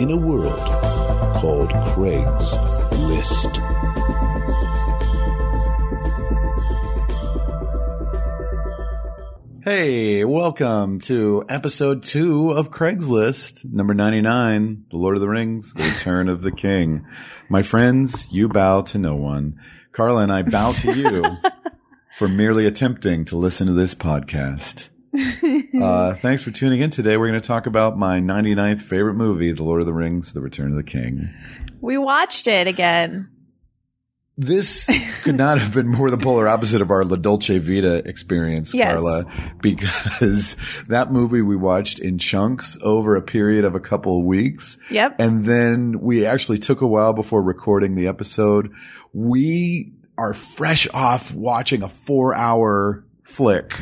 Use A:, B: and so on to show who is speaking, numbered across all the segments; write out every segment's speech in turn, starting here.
A: in a world called Craig's List.
B: Hey, welcome to episode two of Craigslist, number 99, The Lord of the Rings, The Return of the King. My friends, you bow to no one. Carla and I bow to you for merely attempting to listen to this podcast. Uh, thanks for tuning in today. We're going to talk about my 99th favorite movie, The Lord of the Rings, The Return of the King.
C: We watched it again.
B: This could not have been more the polar opposite of our La Dolce Vita experience,
C: Yes.
B: Carla, because that movie we watched in chunks over a period of a couple of weeks.
C: Yep.
B: And then we actually took a while before recording the episode. We are fresh off watching a four hour flick.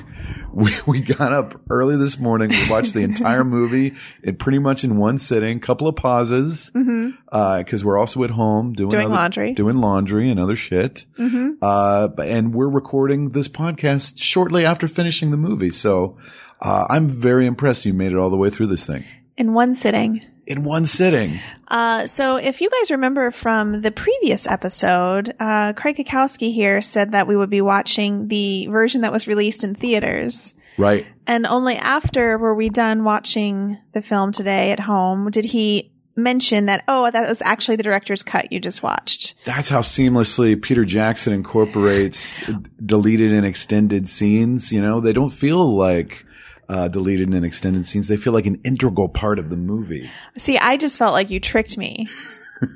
B: We, we got up early this morning. We watched the entire movie in pretty much in one sitting, couple of pauses,
C: hmm
B: because we're also at home doing,
C: Doing
B: other-
C: laundry.
B: doing laundry and other shit.
C: hmm
B: Uh, and we're recording this podcast shortly after finishing the movie. So, uh, I'm very impressed you made it all the way through this thing
C: In one sitting.
B: in one sitting.
C: Uh, so if you guys remember from the previous episode, uh, Craig Kakowski here said that we would be watching the version that was released in theaters.
B: Right.
C: And only after were we done watching the film today at home did he mention that, oh, that was actually the director's cut you just watched.
B: That's how seamlessly Peter Jackson incorporates deleted and extended scenes. You know, they don't feel like uh, deleted and extended scenes. They feel like an integral part of the movie.
C: See, I just felt like you tricked me.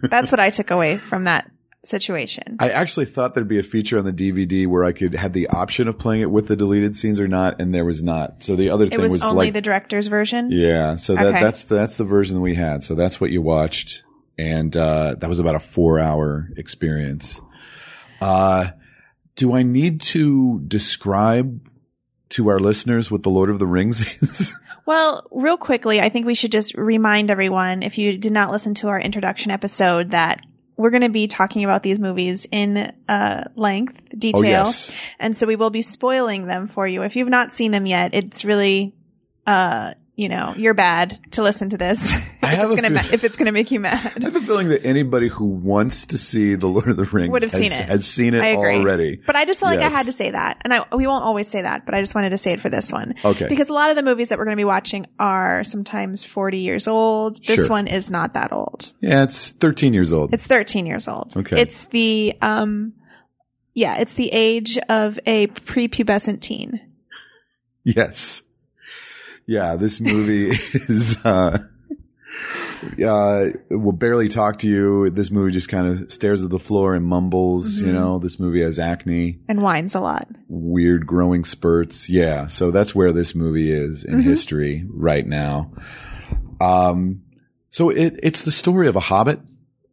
C: That's what I took away from that situation.
B: I actually thought there'd be a feature on the DVD where I could had the option of playing it with the deleted scenes or not, and there was not. So the other
C: it
B: thing
C: was,
B: was,
C: only
B: like
C: the director's version.
B: Yeah, so that,
C: Okay.
B: that's that's the version that we had. So that's what you watched, and uh, that was about a four-hour experience. Uh, do I need to describe to our listeners what the Lord of the Rings is?
C: Well, real quickly, I think we should just remind everyone if you did not listen to our introduction episode that we're going to be talking about these movies in uh, length,
B: Oh,
C: detail. And so we will be spoiling them for you. If you've not seen them yet, it's really, uh, you know, you're bad to listen to this.
B: I
C: if,
B: have
C: it's
B: a
C: gonna ma-
B: feeling-
C: if it's going to make you
B: I
C: mad.
B: have a feeling that anybody who wants to see the Lord of the Rings
C: Would have
B: has,
C: seen it.
B: has seen it
C: I agree.
B: already.
C: But I just felt like
B: Yes.
C: I had to say that. And I, we won't always say that, but I just wanted to say it for this one.
B: Okay,
C: Because a lot of the movies that we're going to be watching are sometimes 40 years old. This
B: Sure.
C: one is not that old.
B: yeah, it's 13 years old.
C: It's 13 years old.
B: Okay.
C: It's the um yeah, it's the age of a prepubescent teen.
B: Yes. Yeah, this movie is uh uh will barely talk to you. This movie just kind of stares at the floor and mumbles, you
C: Mhm.
B: know. This movie has acne,
C: And whines a lot.
B: weird growing spurts. Yeah, so that's where this movie is in
C: Mhm.
B: history right now. Um so it it's the story of a hobbit,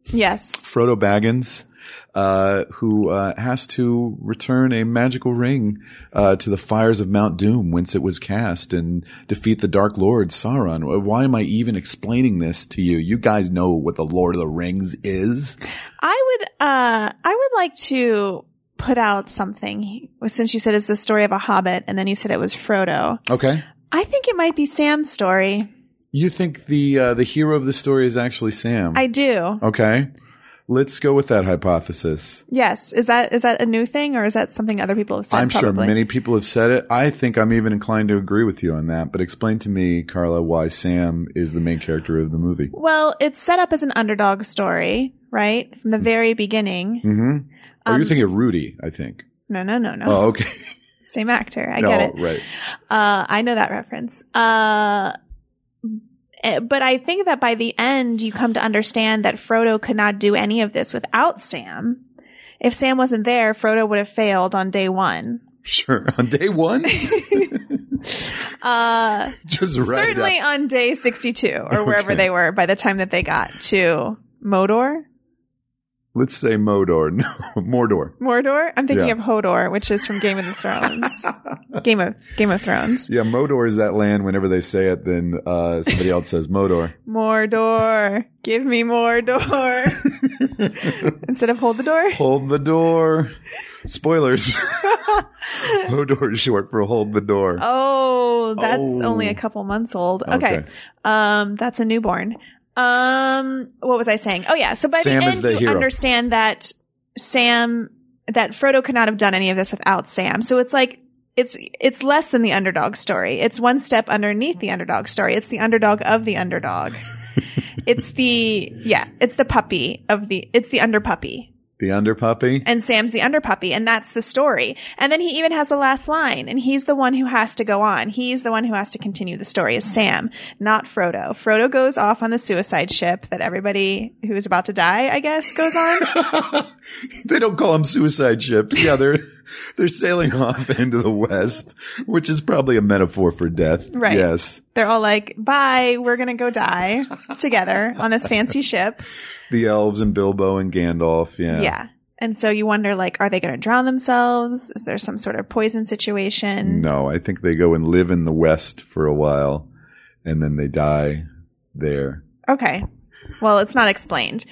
C: Yes.
B: Frodo Baggins, uh, who uh, has to return a magical ring uh, to the fires of Mount Doom, whence it was cast, and defeat the Dark Lord Sauron. Why am I even explaining this to you? You guys know what the Lord of the Rings is.
C: I would uh I would like to put out something since you said it's the story of a hobbit and then you said it was Frodo.
B: Okay.
C: I think it might be Sam's story.
B: You think the uh, the hero of the story is actually Sam?
C: I do.
B: okay. Let's go with that hypothesis.
C: Yes. Is that is that a new thing or is that something other people have said
B: I'm sure
C: probably?
B: many people have said it. I think I'm even inclined to agree with you on that. But explain to me, Carla, why Sam is the main character of the movie.
C: Well, it's set up as an underdog story, right? From the very beginning.
B: Mm-hmm. Oh, you're
C: Um,
B: thinking of Rudy, I think.
C: No, no, no, no.
B: Oh, okay.
C: Same actor. I
B: no,
C: get it.
B: Right.
C: Uh, I know that reference. Uh, eh, but I think that by the end, you come to understand that Frodo could not do any of this without Sam. If Sam wasn't there, Frodo would have failed on day one.
B: Sure. On day one?
C: Uh,
B: Just right
C: certainly on day 62 or wherever
B: Okay.
C: they were by the time that they got to Modor.
B: Let's say Modor. No, Mordor.
C: Mordor? I'm thinking
B: Yeah.
C: of Hodor, which is from Game of the Thrones. Game of Game of Thrones.
B: Yeah, Modor is that land. Whenever they say it, then uh, somebody else says Modor.
C: Mordor. Give me Mordor. Instead of hold the door.
B: Hold the door. Spoilers. Modor is short for hold the door.
C: oh, that's
B: Oh.
C: only a couple months old. Okay. Um, that's a newborn. Um, what was I saying? Oh yeah. So by
B: Sam
C: the
B: is
C: end,
B: the
C: you
B: hero.
C: understand that Sam, that Frodo could not have done any of this without Sam. So it's like it's it's less than the underdog story. It's one step underneath the underdog story. It's the underdog of the underdog. it's the yeah. It's the puppy of the. It's the under puppy.
B: The under puppy.
C: And Sam's the under puppy, and that's the story. And then he even has the last line, and he's the one who has to go on. He's the one who has to continue the story is Sam, not Frodo. Frodo goes off on the suicide ship that everybody who is about to die, I guess, goes on.
B: they don't call them suicide ships. Yeah, they're they're sailing off into the west, which is probably a metaphor for death.
C: Right.
B: Yes.
C: They're all like, bye, we're gonna go die together on this fancy ship.
B: The elves and Bilbo and Gandalf. Yeah.
C: Yeah. And so you wonder, like, are they gonna drown themselves? Is there some sort of poison situation?
B: No, I think they go and live in the west for a while, and then they die there.
C: Okay. Well, it's not explained.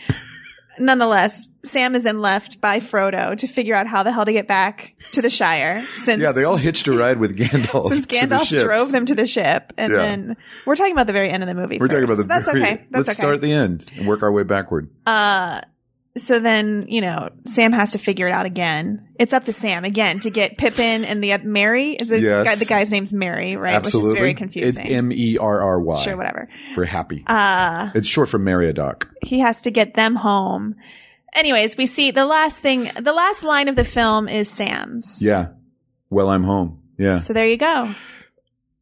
C: Nonetheless, Sam is then left by Frodo to figure out how the hell to get back to the Shire since
B: Yeah, they all hitched a ride with Gandalf.
C: since
B: to the
C: Gandalf
B: ships.
C: drove them to the ship and
B: Yeah.
C: then we're talking about the very end of the movie.
B: We're talking about the.
C: first. That's
B: very-
C: okay.
B: let's
C: That's okay.
B: start the end and work our way backward.
C: uh so then, you know, Sam has to figure it out again. It's up to Sam again to get Pippin and the Mary is the,
B: Yes.
C: guy, the guy's name's Mary, right?
B: Absolutely.
C: Which is very confusing.
B: It's M E R R Y.
C: sure, whatever.
B: For happy.
C: Uh
B: it's short for Meriadoc.
C: he has to get them home. Anyways, we see the last thing, the last line of the film is Sam's.
B: Yeah. Well, I'm home. Yeah.
C: So there you go.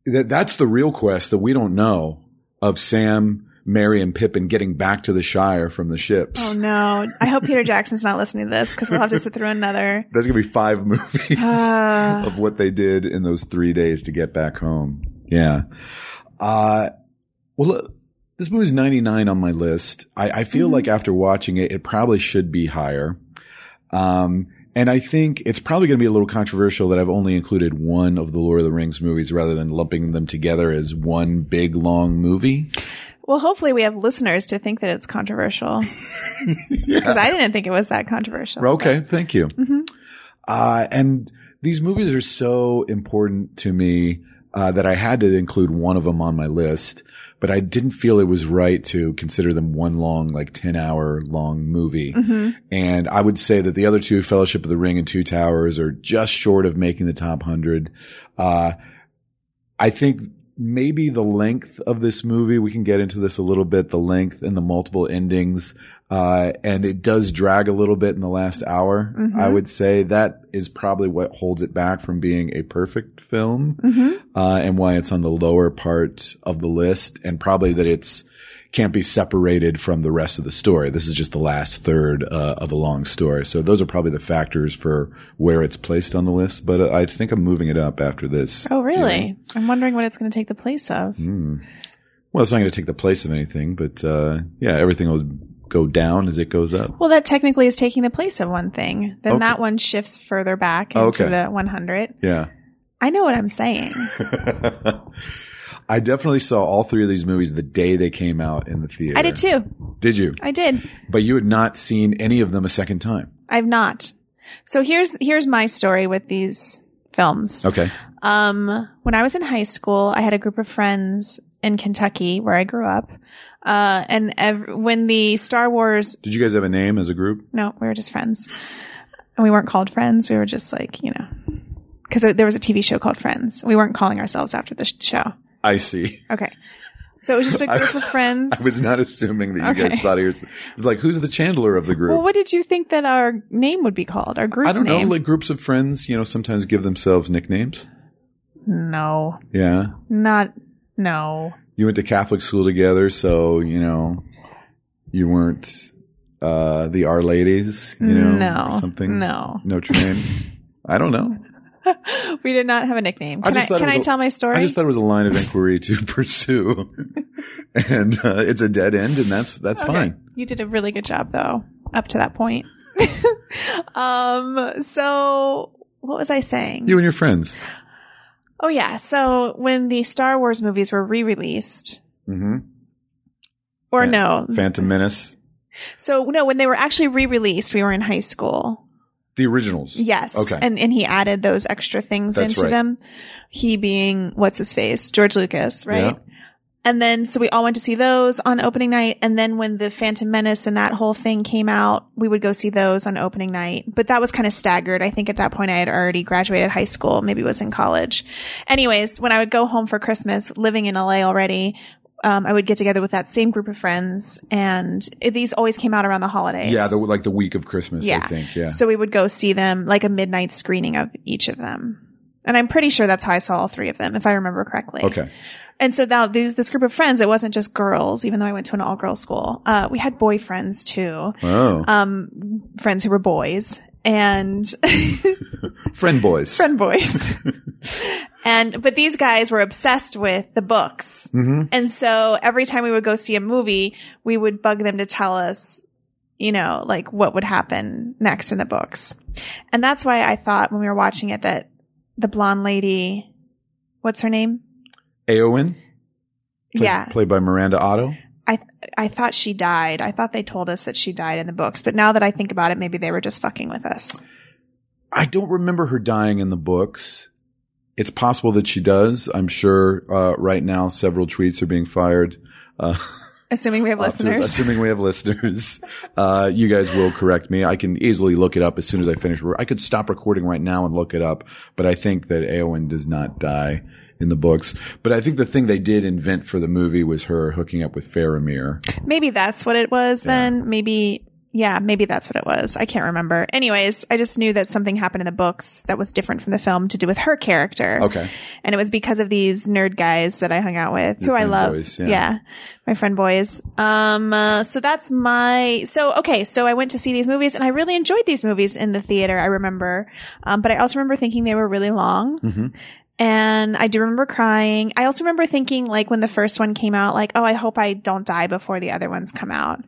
B: That, that's the real quest that we don't know of Sam, Mary, and Pippin getting back to the Shire from the ships.
C: Oh no. I hope Peter Jackson's not listening to this because we'll have to sit through another.
B: That's going to be five movies
C: Uh,
B: of what they did in those three days to get back home. Yeah. Uh, well, look, this movie's 99 on my list. I, I feel
C: Mhm.
B: like after watching it, it probably should be higher. Um, and I think it's probably going to be a little controversial that I've only included one of the Lord of the Rings movies rather than lumping them together as one big long movie.
C: well, hopefully we have listeners to think that it's controversial because I didn't think it was that controversial.
B: Okay. Thank you.
C: hmm
B: Uh, and these movies are so important to me uh, that I had to include one of them on my list, but I didn't feel it was right to consider them one long, like 10 hour long movie.
C: hmm
B: And I would say that the other two, Fellowship of the Ring and Two Towers, are just short of making the top 100. Uh, I think maybe the length of this movie, we can get into this a little bit, the length and the multiple endings. Uh, and it does drag a little bit in the last hour.
C: Mhm.
B: I would say that is probably what holds it back from being a perfect film
C: hmm
B: uh, and why it's on the lower part of the list, and probably that it's can't be separated from the rest of the story. This is just the last third uh, of a long story. So those are probably the factors for where it's placed on the list. But uh, I think I'm moving it up after this.
C: Oh, really?
B: viewing.
C: I'm wondering what it's going to take the place of.
B: Hmm. Well, it's not going to take the place of anything, but uh, yeah, everything will go down as it goes up.
C: Well, that technically is taking the place of one thing. Then
B: Okay. Oh,
C: that one shifts further back into
B: Okay.
C: the 100.
B: Yeah.
C: I know what I'm saying.
B: I definitely saw all three of these movies the day they came out in the theater.
C: I did too.
B: Did you?
C: I did.
B: But you had not seen any of them a second time.
C: I've not. So here's here's my story with these films.
B: Okay.
C: Um, when I was in high school, I had a group of friends in Kentucky where I grew up. Uh, and ev- when the Star Wars,
B: Did you guys have a name as a group?
C: no, we were just friends. And we weren't called friends. We were just like, you know, because there was a TV show called Friends. We weren't calling ourselves after the sh- show.
B: I see.
C: Okay. So it was just a group of friends.
B: I was not assuming that you guys
C: Okay.
B: thought it was like who's the Chandler of the group?
C: Well, what did you think that our name would be called? Our group
B: I don't know.
C: name?
B: Like groups of friends, you know, sometimes give themselves nicknames.
C: no,
B: Yeah.
C: not no.
B: You went to Catholic school together, so you know you weren't uh the Our Ladies, you know,
C: no
B: or something.
C: No.
B: Notre Dame. I don't know.
C: we did not have a nickname.
B: I
C: Can I,
B: just thought it
C: can
B: was
C: I
B: a-
C: tell my story?
B: I just thought it was a line of inquiry to pursue, and uh, it's a dead end, and that's that's
C: Okay.
B: fine.
C: You did a really good job though, up to that point. um, so what was I saying?
B: You and your friends.
C: oh yeah. So when the Star Wars movies were re-released,
B: hmm
C: Mm-hmm. or
B: Yeah.
C: no,
B: Phantom Menace,
C: so no, when they were actually re-released, we were in high school.
B: the originals.
C: Yes.
B: Okay.
C: And and he added those extra things
B: That's
C: into
B: right.
C: them. He being what's his face, George Lucas, right? And then so we all went to see those on opening night and then when the Phantom Menace and that whole thing came out, we would go see those on opening night. But that was kind of staggered. I think at that point I had already graduated high school, maybe was in college. Anyways, when I would go home for Christmas, living in LA already, um, I would get together with that same group of friends, and these always came out around the holidays.
B: Yeah, the, like the week of Christmas, I
C: Yeah.
B: think. Yeah.
C: So we would go see them like a midnight screening of each of them. And I'm pretty sure that's how I saw all three of them, if I remember correctly.
B: Okay.
C: And so now these, this group of friends, it wasn't just girls, even though I went to an all girls school. Uh, we had boyfriends too.
B: Oh,
C: Um, friends who were boys and
B: friend boys.
C: um, friend boys. and, but these guys were obsessed with the books.
B: hmm
C: And so every time we would go see a movie, we would bug them to tell us, you know, like what would happen next in the books. And that's why I thought when we were watching it that the blonde lady, what's her name?
B: Aowen. Played,
C: yeah.
B: Played by Miranda Otto.
C: I thought she died. I thought they told us that she died in the books. But now that I think about it, maybe they were just fucking with us.
B: I don't remember her dying in the books. It's possible that she does. I'm sure uh, right now several tweets are being fired. Uh,
C: Assuming we have
B: off to-
C: listeners.
B: Uh, assuming we have listeners, uh, you guys will correct me. I can easily look it up as soon as I finish. I could stop recording right now and look it up, but I think that Aowen does not die in the books. But I think the thing they did invent for the movie was her hooking up with Faramir.
C: Maybe that's what it was
B: Yeah.
C: then. Maybe, yeah, maybe that's what it was. I can't remember. Anyways, I just knew that something happened in the books that was different from the film to do with her character.
B: Okay.
C: And it was because of these nerd guys that I hung out with,
B: Your
C: who I
B: friend
C: love.
B: boys, yeah.
C: yeah. my friend boys. Um, uh, so that's my. So okay, so I went to see these movies, and I really enjoyed these movies in the theater. I remember, um, but I also remember thinking they were really long,
B: hmm
C: and I do remember crying. I also remember thinking, like when the first one came out, like, oh, I hope I don't die before the other ones come out.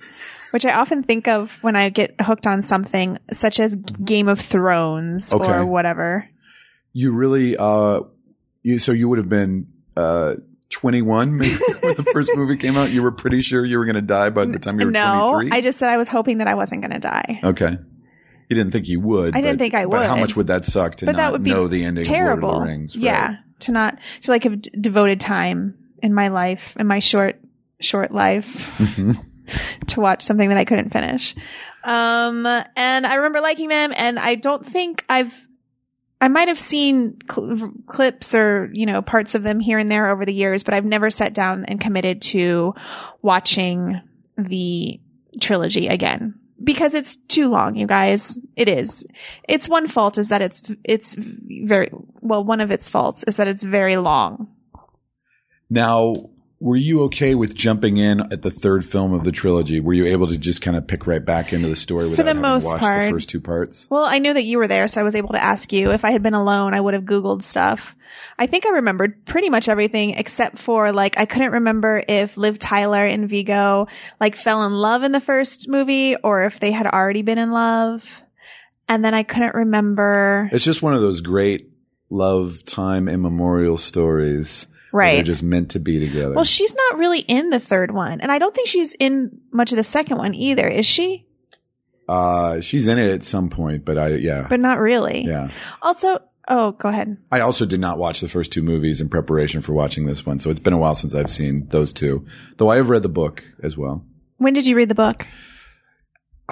C: Which I often think of when I get hooked on something, such as Game of Thrones
B: Okay.
C: or whatever.
B: You really, uh, you, so you would have been, uh, 21 maybe when the first movie came out. You were pretty sure you were going to die by the time you were
C: no,
B: 23.
C: I just said I was hoping that I wasn't going to die.
B: Okay. You didn't think you would.
C: I
B: but-
C: didn't think I
B: But how
C: would.
B: much would that suck to
C: But
B: not
C: that would be
B: know the ending
C: Terrible.
B: of Lord of the Rings? right?
C: Yeah, to not to like have d- devoted time in my life in my short short life
B: Mhm.
C: to watch something that I couldn't finish. Um, and I remember liking them, and I don't think I've. I might have seen cl- clips or, you know, parts of them here and there over the years, but I've never sat down and committed to watching the trilogy again because it's too long, you guys. It is. Its one fault is that it's it's very well. One of its faults is that it's very long.
B: Now, were you okay with jumping in at the third film of the trilogy? Were you able to just kind of pick right back into the story
C: For
B: without
C: the
B: having
C: most
B: watched the
C: part.
B: first two parts?
C: Well, I knew that you were there, so I was able to ask you. If I had been alone, I would have Googled stuff. I think I remembered pretty much everything except for like I couldn't remember if Liv Tyler and Vigo like fell in love in the first movie or if they had already been in love. And then I couldn't remember
B: It's just one of those great love time immemorial stories. where They're
C: right.
B: just meant to be together.
C: Well, she's not really in the third one, and I don't think she's in much of the second one either, is she?
B: uh, she's in it at some point, but I, yeah.
C: But not really.
B: yeah.
C: Also, oh, go ahead.
B: I also did not watch the first two movies in preparation for watching this one, so it's been a while since I've seen those two. Though I have read the book as well.
C: When did you read the book?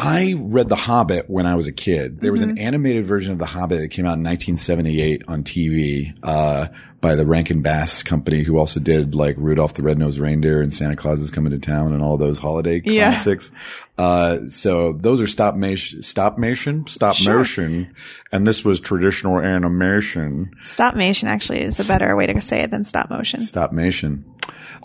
B: I read The Hobbit when I was a kid. There was an
C: Mm-hmm.
B: animated version of The Hobbit that came out in 1978 on TV uh, by the Rankin Bass Company, who also did like Rudolph the Red-Nosed Reindeer and Santa Claus is Coming to Town and all those holiday
C: Yeah.
B: classics. Uh, so those are stop motion, stop motion, stop
C: Sure.
B: motion, and this was traditional animation,
C: Stop motion actually is a better way to say it than stop motion.
B: stop motion.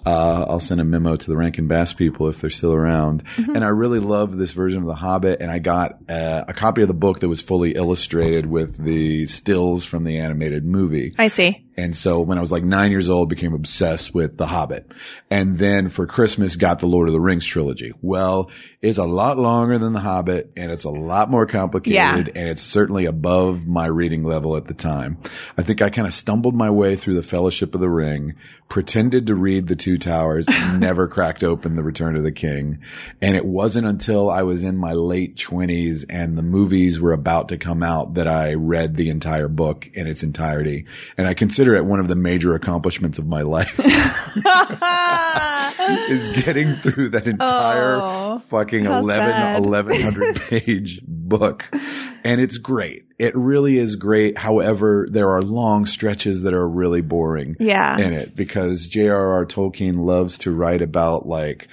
B: Uh, I'll send a memo to the Rankin Bass people if they're still around. And I really love this version of The Hobbit. And I got uh, a copy of the book that was fully illustrated with the stills from the animated movie.
C: I see.
B: And so when I was like nine years old, became obsessed with The Hobbit. And then for Christmas, got the Lord of the Rings trilogy. Well, it's a lot longer than The Hobbit and it's a lot more complicated
C: Yeah.
B: and it's certainly above my reading level at the time. I think I kind of stumbled my way through The Fellowship of the Ring, pretended to read The Two Towers, and never cracked open The Return of the King. And it wasn't until I was in my late twenties and the movies were about to come out that I read the entire book in its entirety. And I consider it one of the major accomplishments of my life is getting through that entire
C: Oh,
B: fucking
C: how
B: 11,
C: sad.
B: 1100 page book. And it's great. It really is great. However, there are long stretches that are really boring
C: yeah.
B: in it because J.R.R. Tolkien loves to write about like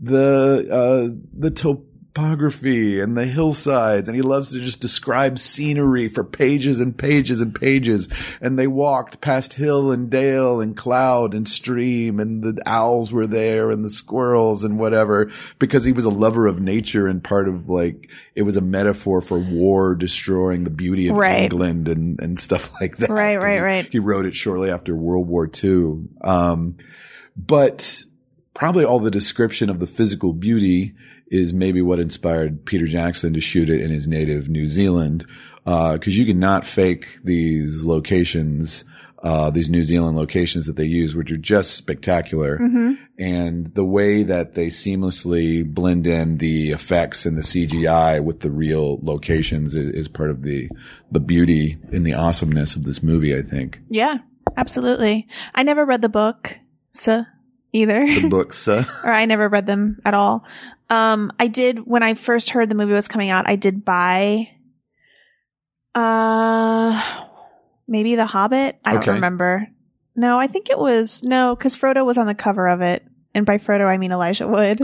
B: the uh, the topography and the hillsides, and he loves to just describe scenery for pages and pages and pages. And they walked past hill and dale and cloud and stream, and the owls were there and the squirrels and whatever because he was a lover of nature and part of like it was a metaphor for war destroying the beauty of
C: Right.
B: England and and stuff like that.
C: Right,
B: 'Cause
C: right,
B: he-
C: right.
B: he wrote it shortly after World War II. Um, but probably all the description of the physical beauty is maybe what inspired Peter Jackson to shoot it in his native New Zealand. Because you can not fake these locations, uh, these New Zealand locations that they use, which are just spectacular
C: hmm
B: and the way that they seamlessly blend in the effects and the CGI with the real locations is, is part of the the beauty and the awesomeness of this movie. I think
C: Yeah, absolutely. I never read the book, so either.
B: the books. Uh,
C: or I never read them at all. Um, I did when I first heard the movie was coming out. I did buy, uh, maybe The Hobbit. I
B: Okay.
C: don't remember. No, I think it was no, because Frodo was on the cover of it, and by Frodo I mean Elijah Wood.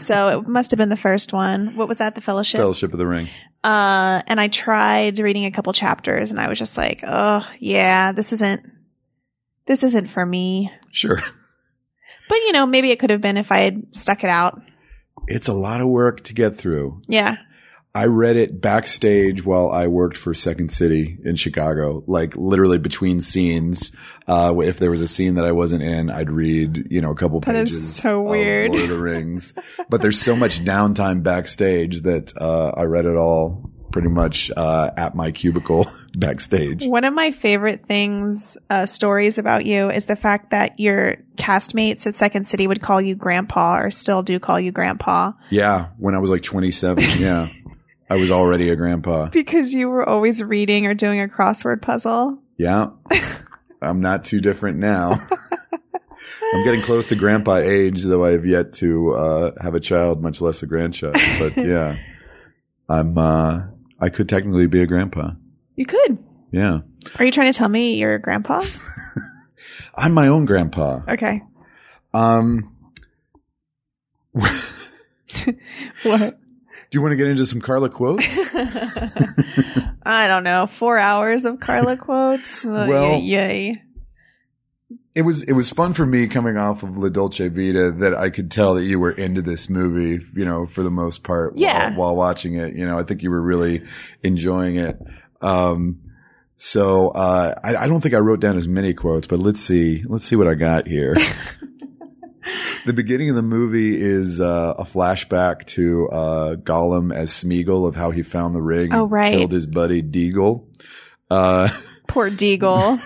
C: so it must have been the first one. What was that? The Fellowship.
B: Fellowship of the Ring.
C: Uh, and I tried reading a couple chapters, and I was just like, oh yeah, this isn't, this isn't for me.
B: Sure,
C: But you know, maybe it could have been if I had stuck it out.
B: it's a lot of work to get through.
C: Yeah.
B: I read it backstage while I worked for Second City in Chicago, like literally between scenes. Uh, if there was a scene that I wasn't in, I'd read, you know, a couple
C: That is
B: pages.
C: so
B: of
C: weird.
B: Lord of the Rings. but there's so much downtime backstage that, uh, I read it all pretty much, uh, at my cubicle backstage.
C: One of my favorite things, uh, stories about you is the fact that your castmates at Second City would call you grandpa or still do call you grandpa
B: Yeah. When I was like 27. yeah. I was already a grandpa.
C: because you were always reading or doing a crossword puzzle.
B: Yeah. I'm not too different now. I'm getting close to grandpa age, though I have yet to uh, have a child, much less a grandchild. But yeah, I'm. Uh, I could technically be a grandpa.
C: You could.
B: Yeah,
C: Are you trying to tell me you're a grandpa?
B: I'm my own grandpa.
C: Okay.
B: Um, do
C: What?
B: you want to get into some Carla quotes?
C: I don't know. Four hours of Carla quotes. Uh,
B: Well-
C: yay.
B: it was it was fun for me coming off of La Dolce Vita that I could tell that you were into this movie, you know, for the most part.
C: Yeah.
B: While, while watching it, you know, I think you were really enjoying it. Um, so uh, I, I don't think I wrote down as many quotes, but let's see, let's see what I got here. the beginning of the movie is uh, a flashback to uh, Gollum as Smeagol of how he found the ring,
C: Oh,
B: and
C: right.
B: killed his buddy Deagle. Uh,
C: Poor Deagle.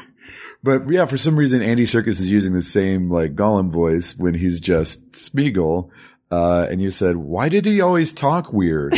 B: but yeah, for some reason, Andy Circus is using the same like Gollum voice when he's just Spiegel. Uh, and you said, why did he always talk weird?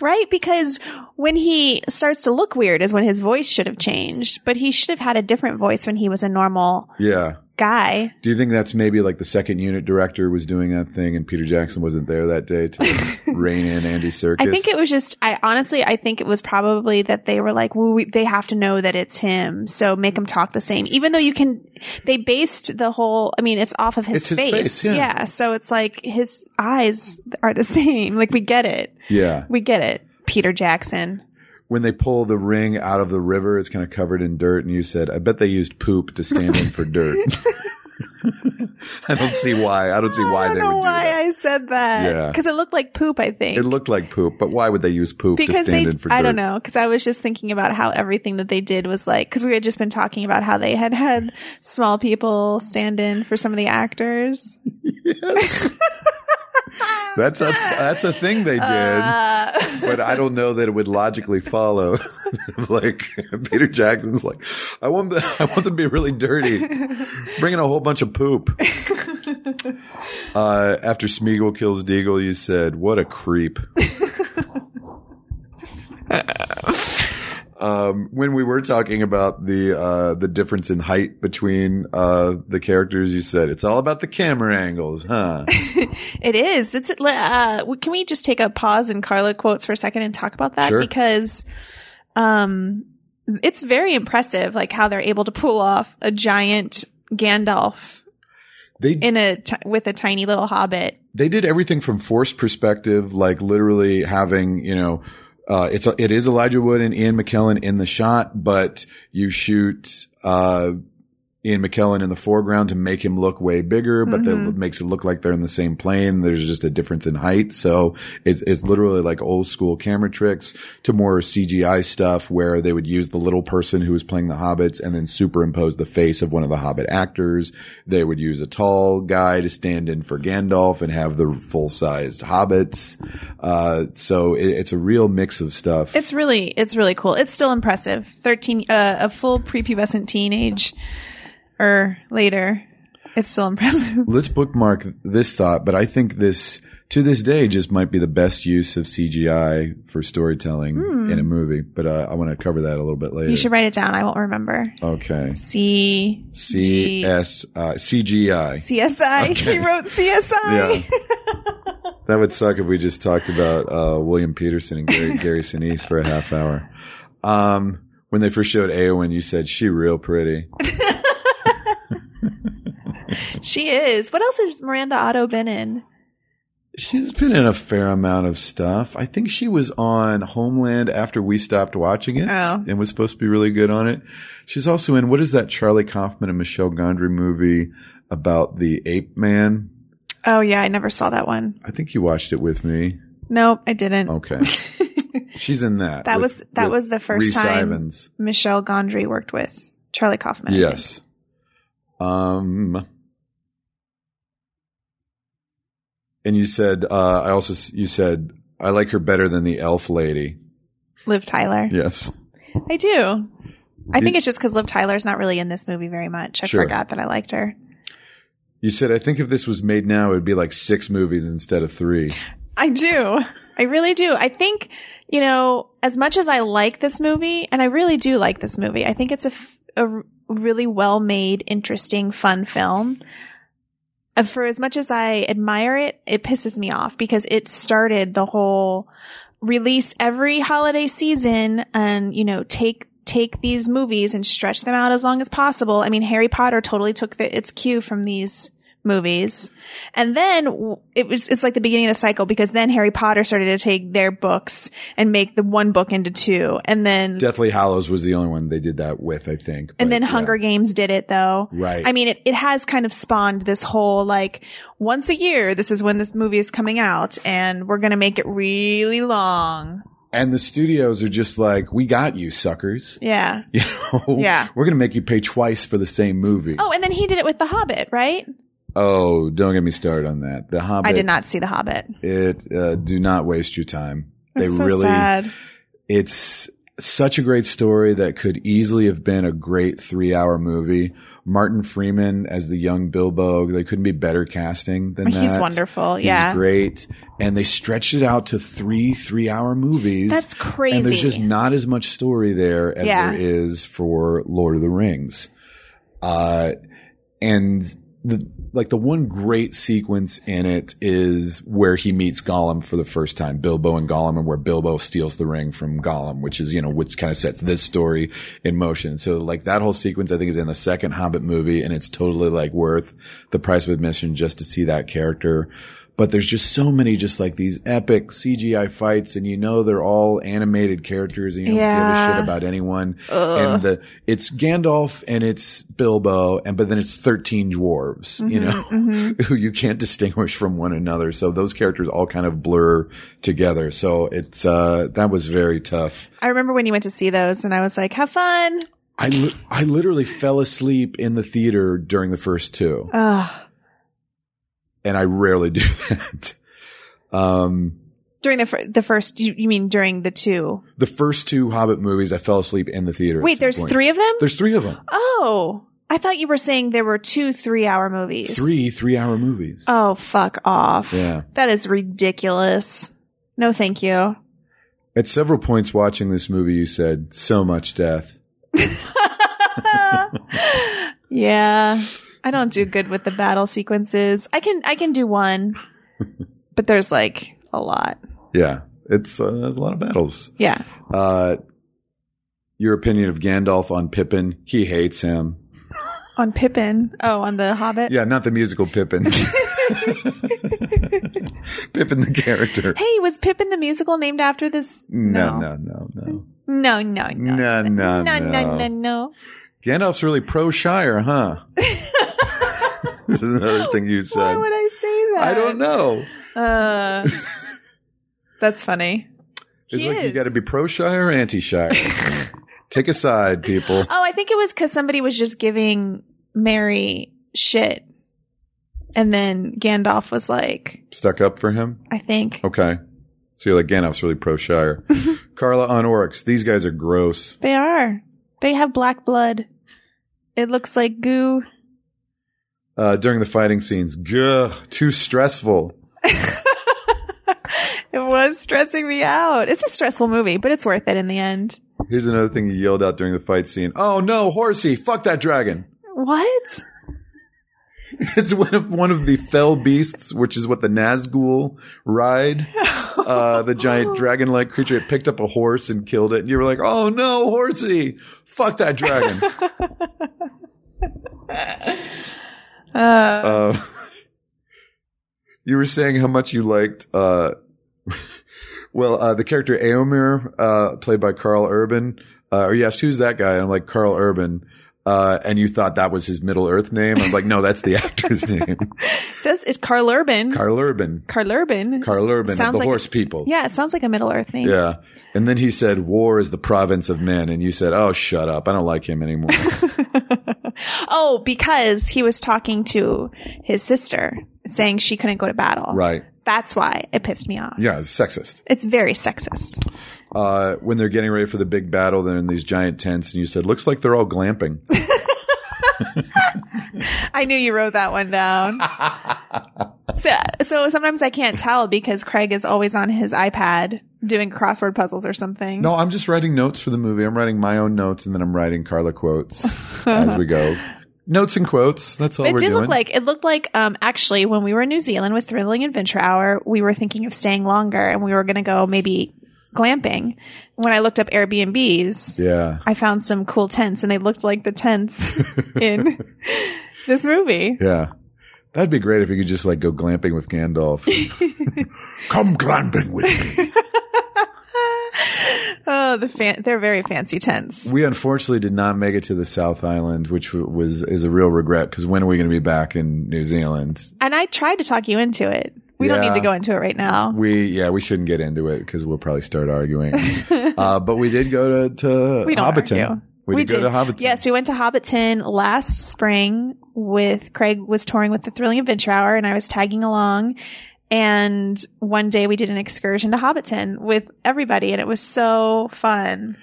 C: right? Because when he starts to look weird is when his voice should have changed, but he should have had a different voice when he was a normal
B: yeah.
C: guy.
B: Do you think that's maybe like the second unit director was doing that thing and Peter Jackson wasn't there that day to rein in Andy Circus?
C: I think it was just I honestly I think it was probably that they were like, well, we, they have to know that it's him, so make him talk the same. Even though you can they based the whole I mean, it's off of his,
B: It's his face, yeah.
C: so it's like his eyes are the same. Like we get it.
B: Yeah.
C: We get it. Peter Jackson.
B: When they pull the ring out of the river, it's kind of covered in dirt. And you said, I bet they used poop to stand in for dirt. I don't see why. I don't see why
C: I don't
B: they
C: know
B: would do
C: why
B: that.
C: I said that.
B: Yeah.
C: Because it looked like poop, I think.
B: It looked like poop, but why would they use poop to
C: because
B: stand
C: they,
B: in for dirt?
C: I don't know, because I was just thinking about how everything that they did was like, because we had just been talking about how they had had small people stand in for some of the actors.
B: Yes. that's a that's a thing they did.
C: Uh,
B: but I don't know that it would logically follow. like Peter Jackson's like, I want the, I want them to be really dirty, bringing a whole bunch of poop. Uh, after Smeagol kills Deagle, you said, "What a creep." um, when we were talking about the uh, the difference in height between uh, the characters, you said it's all about the camera angles, huh?
C: it is. That's it. Uh, can we just take a pause in Carla quotes for a second and talk about that
B: Sure.
C: because, um, it's very impressive, like how they're able to pull off a giant Gandalf
B: They
C: in a t- with a tiny little hobbit.
B: they did everything from force perspective, like literally having, you know, uh, it's, it is Elijah Wood and Ian McKellen in the shot, but you shoot, uh, Ian McKellen in the foreground to make him look way bigger, but that
C: Mhm.
B: makes it look like they're in the same plane. There's just a difference in height. So it, it's literally like old school camera tricks to more CGI stuff where they would use the little person who was playing the hobbits and then superimpose the face of one of the hobbit actors. They would use a tall guy to stand in for Gandalf and have the full sized hobbits. Uh, so it, it's a real mix of stuff.
C: It's really, it's really cool. It's still impressive. Thirteen, uh, a full prepubescent teenage or later, it's still impressive.
B: Let's bookmark this thought, but I think this to this day just might be the best use of CGI for storytelling
C: Hmm.
B: in a movie. But uh, I want to cover that a little bit later.
C: You should write it down. I won't remember.
B: okay.
C: C
B: C S uh, CGI.
C: CSI.
B: Okay.
C: He wrote CSI.
B: That would suck if we just talked about uh, William Peterson and Gary, Gary Sinise for a half hour. Um, when they first showed Aowen, you said she real pretty.
C: she is. What else has Miranda Otto been in?
B: She's been in a fair amount of stuff. I think she was on Homeland after we stopped watching it
C: Oh.
B: and was supposed to be really good on it. She's also in what is that Charlie Kaufman and Michelle Gondry movie about the ape man?
C: Oh yeah, I never saw that one.
B: I think you watched it with me.
C: Nope, I didn't.
B: Okay. She's in that.
C: that
B: Oh. with-
C: was that
B: with
C: was the first
B: Rhys
C: time
B: Ivans.
C: Michelle Gondry worked with Charlie Kaufman. I think.
B: Yes. Um and you said uh, I also s- you said I like her better than the elf lady.
C: Liv Tyler.
B: Yes.
C: I do. I
B: You-
C: think it's just because Liv Tyler's not really in this movie very much. I
B: Sure.
C: forgot that I liked her.
B: You said, I think if this was made now, it would be like six movies instead of three.
C: I do. I really do. I think, you know, as much as I like this movie, and I really do like this movie, I think it's a, f- a r- really well made, interesting, fun film. Uh, For as much as I admire it, it pisses me off because it started the whole release every holiday season and, you know, take take these movies and stretch them out as long as possible. I mean, Harry Potter totally took the, its cue from these movies. And then w- it was, it's like the beginning of the cycle because then Harry Potter started to take their books and make the one book into two. And then,
B: Deathly Hallows was the only one they did that with, I think. but
C: and then
B: yeah.
C: Hunger Games did it though.
B: Right.
C: I mean, it, it has kind of spawned this whole like, once a year, this is when this movie is coming out and we're going to make it really long.
B: and the studios are just like, we got you, suckers.
C: Yeah.
B: You know?
C: Yeah.
B: We're going to make you pay twice for the same movie.
C: Oh, and then he did it with The Hobbit, right?
B: Oh, don't get me started on that. The Hobbit.
C: I did not see The Hobbit.
B: It, uh, do not waste your time.
C: That's
B: they
C: so
B: really,
C: sad.
B: it's such a great story that could easily have been a great three hour movie. Martin Freeman as the young Bilbo, they couldn't be better casting than that.
C: He's wonderful.
B: He's
C: Yeah.
B: great. And they stretched it out to three three hour movies.
C: That's crazy.
B: And there's just not as much story there as
C: Yeah.
B: there is for Lord of the Rings. Uh, and the, like the one great sequence in it is where he meets Gollum for the first time, Bilbo and Gollum, and where Bilbo steals the ring from Gollum, which is, you know, which kind of sets this story in motion. So like that whole sequence, I think is in the second Hobbit movie and it's totally like worth the price of admission just to see that character But there's just so many, just like these epic CGI fights, and you know they're all animated characters, and you don't give a
C: Yeah.
B: shit about anyone.
C: Ugh.
B: And the it's Gandalf and it's Bilbo, and but then it's thirteen dwarves, you know,
C: Mm-hmm.
B: who you can't distinguish from one another. So those characters all kind of blur together. So it's uh, that was very tough.
C: I remember when you went to see those, and I was like, "Have fun."
B: I, li- I literally fell asleep in the theater during the first two,
C: Ugh.
B: and I rarely do that. Um,
C: During the fir- the first, you, you mean during the two?
B: the first two Hobbit movies, I fell asleep in the theater. at
C: Wait,
B: some
C: there's
B: point.
C: three of them.
B: There's three of them.
C: oh, I thought you were saying there were two three-hour movies.
B: Three three-hour movies.
C: Oh, fuck off.
B: Yeah.
C: That is ridiculous. No, thank you.
B: At several points watching this movie, you said so much death.
C: yeah. I don't do good with the battle sequences. I can I can do one. But there's like a lot.
B: Yeah, it's uh, a lot of battles.
C: Yeah.
B: Uh, your opinion of Gandalf on Pippin? He hates him.
C: On Pippin. Oh, on the Hobbit.
B: Yeah, not the musical Pippin. Pippin the character.
C: Hey, was Pippin the musical named after this?
B: No, no, no, no.
C: No, no, no.
B: No, no,
C: no, no,
B: no.
C: no, no.
B: Gandalf's really pro Shire, huh? this is another thing you
C: Why
B: said.
C: would I say that?
B: I don't know.
C: Uh, that's funny.
B: It's
C: He
B: like you
C: is.
B: got to be pro Shire or anti Shire. Take a side, people.
C: Oh, I think it was because somebody was just giving Mary shit. And then Gandalf was like,
B: Stuck up for him?
C: I think.
B: Okay. So you're like, Gandalf's really pro Shire. Carla on Oryx. These guys are gross.
C: They are. They have black blood. It looks like goo.
B: Uh, during the fighting scenes, gah, too stressful.
C: It was stressing me out. It's a stressful movie, but it's worth it in the end.
B: Here's another thing you yelled out during the fight scene. Oh no, horsey, fuck that dragon.
C: What?
B: It's one of one of the fell beasts, which is what the Nazgul ride. Uh, the giant dragon-like creature. It picked up a horse and killed it. And you were like, "Oh no, horsey! Fuck that dragon!"
C: Uh,
B: uh, you were saying how much you liked. Uh, well, uh, the character Aomir, uh, played by Carl Urban, uh, or you asked who's that guy, and I'm like Carl Urban, uh, and you thought that was his Middle Earth name. I'm like, no, that's the actor's name,
C: does it's Carl Urban?
B: Carl Urban.
C: Carl Urban.
B: Carl Urban of
C: Sounds
B: the
C: like-
B: Horse People.
C: yeah, it sounds like a Middle Earth name.
B: Yeah. And then he said, War is the province of men. And you said, Oh, shut up. I don't like him anymore.
C: oh, because he was talking to his sister, saying she couldn't go to battle.
B: right.
C: That's why it pissed me off.
B: Yeah, it's sexist.
C: It's very sexist.
B: Uh, when they're getting ready for the big battle, they're in these giant tents. And you said, Looks like they're all glamping.
C: I knew you wrote that one down. so, so sometimes I can't tell because Craig is always on his iPad doing crossword puzzles or something.
B: no, I'm just writing notes for the movie. I'm writing my own notes and then I'm writing Carla quotes as we go. Notes and quotes. That's all
C: it
B: we're
C: did
B: doing.
C: look like it looked like um actually when we were in New Zealand with Thrilling Adventure Hour, we were thinking of staying longer and we were going to go maybe glamping. When I looked up Airbnbs,
B: yeah.
C: I found some cool tents and they looked like the tents in this movie.
B: Yeah. That'd be great if you could just like go glamping with Gandalf. Come glamping with me.
C: Ah, oh, the fan- they're very fancy tents.
B: We unfortunately did not make it to the South Island, which w- was is a real regret because when are we going to be back in New Zealand?
C: And I tried to talk you into it. We don't
B: Yeah.
C: need to go into it right now.
B: We yeah, we shouldn't get into it because we'll probably start arguing. uh, but we did go to, to
C: We don't
B: Hobbiton.
C: argue.
B: We, did, go to Hobbiton.
C: Yes, we went to Hobbiton last spring with Craig was touring with the Thrilling Adventure Hour and I was tagging along. And one day we did an excursion to Hobbiton with everybody and it was so fun.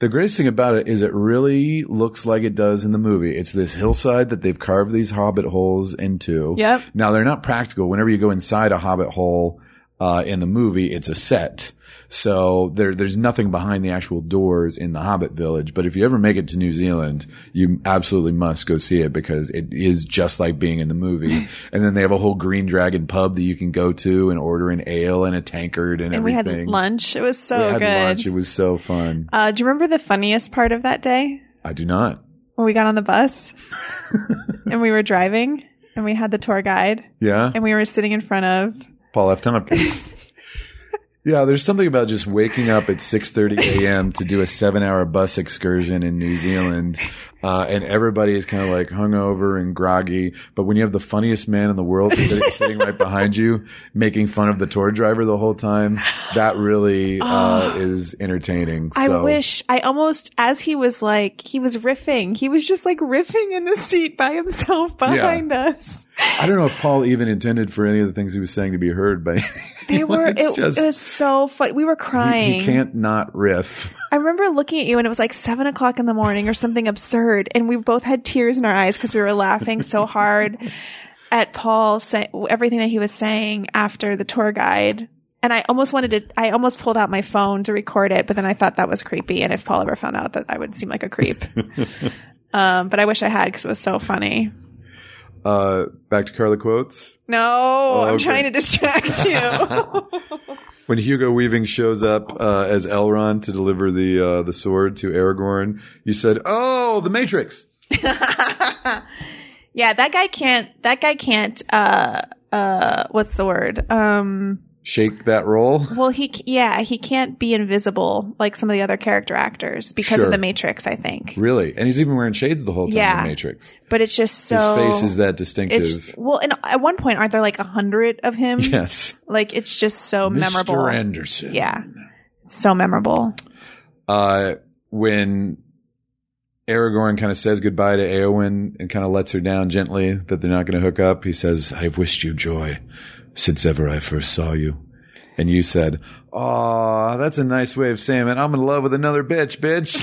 B: The greatest thing about it is it really looks like it does in the movie. It's this hillside that they've carved these hobbit holes into.
C: Yep.
B: Now they're not practical. Whenever you go inside a hobbit hole uh, in the movie, it's a set. So there, there's nothing behind the actual doors in the Hobbit village. But if you ever make it to New Zealand, you absolutely must go see it because it is just like being in the movie. and then they have a whole Green Dragon pub that you can go to and order an ale and a tankard and,
C: And we had
B: everything.
C: lunch. It was
B: We
C: so
B: had
C: good.
B: lunch. It was so fun.
C: Uh, do you remember the funniest part of that day
B: I do not.
C: when we got on the bus and we were driving and we had the tour guide
B: Yeah.
C: and we were sitting in front of
B: Paul F. Tompkins. yeah, there's something about just waking up at 6:30 a.m. to do a seven-hour bus excursion in New Zealand, uh, and everybody is kind of like hungover and groggy. But when you have the funniest man in the world sitting, sitting right behind you, making fun of the tour driver the whole time, that really uh, is entertaining.
C: Ah. I
B: So-
C: wish I almost as he was like he was riffing. He was just like riffing in the seat by himself behind us.
B: I don't know if Paul even intended for any of the things he was saying to be heard by.
C: They
B: anyone.
C: were
B: It's
C: it,
B: just-
C: it was so fun. We were crying.
B: He, he can't not riff.
C: I remember looking at you and it was like seven o'clock in the morning or something absurd, and we both had tears in our eyes because we were laughing so hard at Paul say, everything that he was saying after the tour guide. And I almost wanted to, I almost pulled out my phone to record it, but then I thought that was creepy. And if Paul ever found out that I would seem like a creep. um, but I wish I had because it was so funny.
B: Uh, back to Carla quotes.
C: No, I'm
B: okay.
C: trying to distract you.
B: When Hugo Weaving shows up uh, as Elrond to deliver the uh, the sword to Aragorn, you said, "Oh, the Matrix."
C: yeah, that guy can't. That guy can't. Uh, uh, what's the word? Um,
B: Shake that roll.
C: well, he c- yeah, he can't be invisible like some of the other character actors because
B: Sure.
C: of the Matrix, I think.
B: Really? And he's even wearing shades the whole time in
C: Yeah.
B: the Matrix.
C: But it's just so
B: His face is that
C: It's
B: distinctive.
C: well, and at one point, aren't there like a hundred of him?
B: yes.
C: Like it's just so memorable.
B: Mr. Anderson.
C: Yeah, It's so memorable.
B: uh, when Aragorn kind of says goodbye to Eowyn and kind of lets her down gently that they're not going to hook up, he says, I've wished you joy since ever I first saw you. And you said, Aw, that's a nice way of saying it. I'm in love with another bitch, bitch.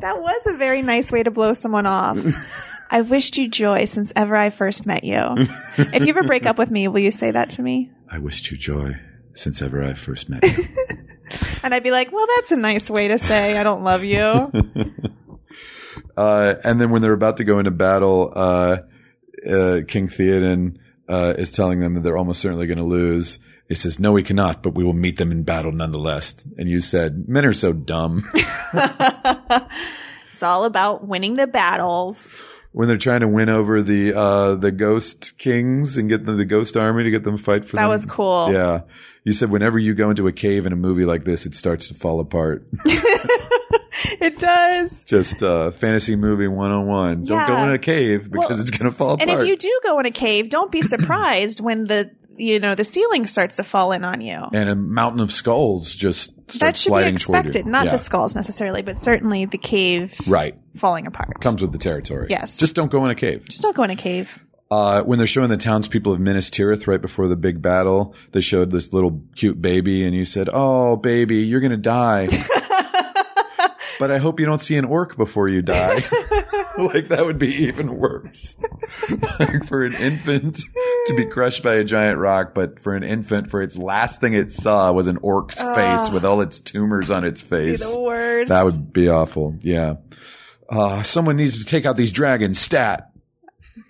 C: That was a very nice way to blow someone off. I wished you joy since ever I first met you. if you ever break up with me, will you say that to me?
B: I wished you joy since ever I first met you.
C: And I'd be like, well, that's a nice way to say I don't love you.
B: uh, and then when they're about to go into battle, uh, uh, King Theoden uh, is telling them that they're almost certainly going to lose. He says, "No, we cannot, but we will meet them in battle nonetheless." And you said, "Men are so dumb."
C: it's all about winning the battles.
B: when they're trying to win over the uh, the ghost kings and get them the ghost army to get them to fight for
C: That
B: them.
C: was cool.
B: Yeah, you said whenever you go into a cave in a movie like this, it starts to fall apart.
C: it does.
B: Just uh, fantasy movie one on one. Don't go
C: Yeah.
B: in a cave because
C: Well,
B: it's going to fall apart.
C: And if you do go in a cave, don't be surprised when the you know the ceiling starts to fall in on you.
B: and a mountain of skulls just starts
C: that should be
B: sliding toward
C: expected,
B: you.
C: not
B: Yeah.
C: the skulls necessarily, but certainly the cave
B: right
C: falling apart.
B: comes with the territory.
C: Yes.
B: just don't go in a cave.
C: Just don't go in a cave.
B: Uh, when they're showing the townspeople of Minas Tirith right before the big battle, they showed this little cute baby, and you said, "Oh, baby, you're gonna die, but I hope you don't see an orc before you die." like that would be even worse. like for an infant to be crushed by a giant rock, but for an infant, for its last thing it saw was an orc's face with all its tumors on its
C: Be
B: face.
C: the worst.
B: That would be awful. Yeah. Uh, someone needs to take out these dragons. Stat.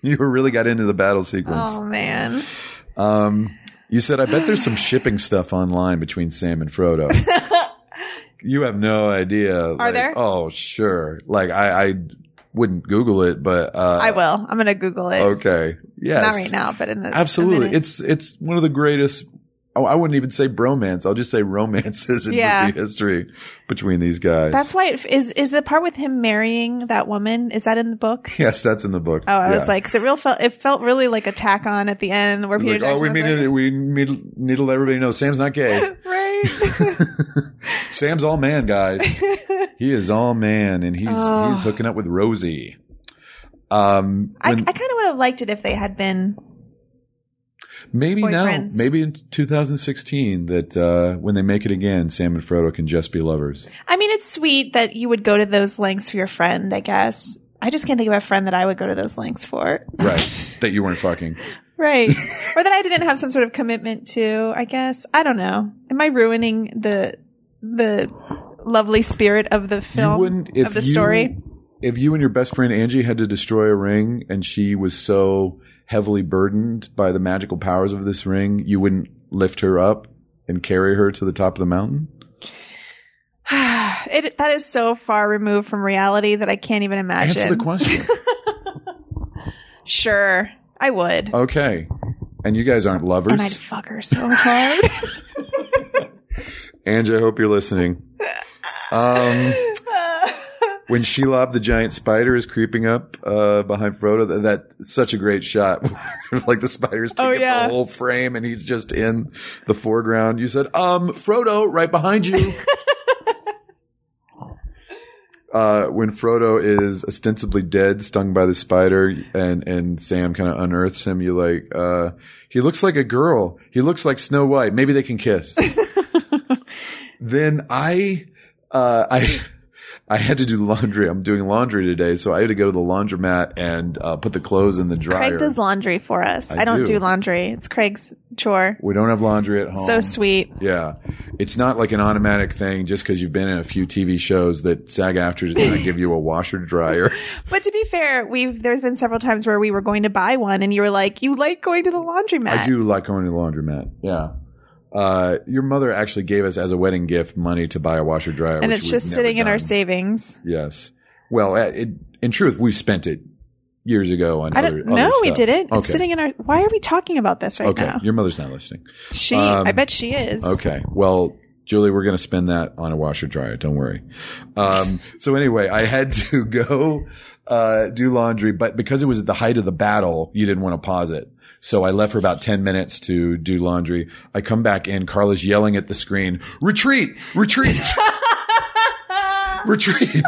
B: You really got into the battle sequence.
C: oh man.
B: Um, you said, I bet there's some shipping stuff online between Sam and Frodo. Uh, you have no idea. Are
C: there?
B: Oh, sure. Like, I, I wouldn't Google it, but. Uh,
C: I will. I'm gonna Google it.
B: Okay. oh, Yes.
C: Not right now, but in a, a
B: Absolutely.
C: minute.
B: It's, it's one of the greatest. Oh, I wouldn't even say bromance. I'll just say romances in
C: Yeah.
B: movie history between these guys.
C: That's why it, is is the part with him marrying that woman? Is that in the book?
B: Yes, that's in the book.
C: Oh, I
B: Yeah.
C: was like, 'cause it real felt it felt really like a tack on at the end where
B: It's
C: Peter
B: like,
C: Jackson
B: oh, we
C: was
B: need,
C: like,
B: to, we need, need to let everybody know Sam's not gay.
C: right.
B: Sam's all man, guys. he is all man, and he's
C: Oh.
B: he's hooking up with Rosie. Um,
C: I, I
B: when-
C: kind of would have liked it if they had been.
B: maybe now,
C: boyfriends.
B: maybe in 2016, that uh, when they make it again, Sam and Frodo can just be lovers.
C: I mean, it's sweet that you would go to those lengths for your friend. I guess I just can't think of a friend that I would go to those lengths for.
B: Right. that you weren't fucking.
C: Right. or that I didn't have some sort of commitment to, I guess. I don't know. Am I ruining the the lovely spirit of the film
B: you wouldn't if
C: of the
B: you-
C: story?
B: If you and your best friend Angie had to destroy a ring and she was so heavily burdened by the magical powers of this ring, you wouldn't lift her up and carry her to the top of the mountain?
C: it that is so far removed from reality that I can't even imagine.
B: Answer the question.
C: Sure. I would.
B: Uh, Okay. And you guys aren't lovers.
C: And I'd fuck her so hard.
B: Angie, I hope you're listening. Um, when Shelob the giant spider is creeping up uh, behind Frodo, th- that, that's such a great shot. like the spider's taking
C: Oh, yeah.
B: the whole frame and he's just in the foreground. You said, um, Frodo, right behind you. uh, when Frodo is ostensibly dead, stung by the spider, and, and Sam kind of unearths him, you like, uh, he looks like a girl. He looks like Snow White. Maybe they can kiss. then I, uh, I, I had to do laundry. I'm doing laundry today, so I had to go to the laundromat and uh, put the clothes in the dryer.
C: Craig does laundry for us.
B: I
C: I, don't
B: do.
C: do. laundry. It's Craig's chore.
B: we don't have laundry at home.
C: So sweet.
B: Yeah. It's not like an automatic thing just because you've been in a few TV shows that SAG after is going to give you a washer dryer.
C: But to be fair, we've there's been several times where we were going to buy one and you were like, You like going to the laundromat.
B: I do like going to the laundromat. Yeah. Uh, your mother actually gave us as a wedding gift money to buy a washer dryer.
C: And
B: which
C: it's
B: we've
C: just
B: never
C: sitting in our
B: done.
C: savings.
B: Yes. Well, uh, it, in truth, we spent it years ago on
C: I
B: other-
C: don't
B: other
C: No, we
B: stuff.
C: didn't.
B: Okay.
C: It's sitting in our why are we talking about this right
B: okay.
C: now?
B: Your mother's not listening.
C: She
B: Um,
C: I bet she is.
B: Okay. Well, Julie, we're going to spend that on a washer dryer. Don't worry. Um, so anyway, I had to go uh, do laundry, but because it was at the height of the battle, you didn't want to pause it. So I left for about 10 minutes to do laundry. I come back in. Carla's yelling at the screen, retreat, retreat, retreat.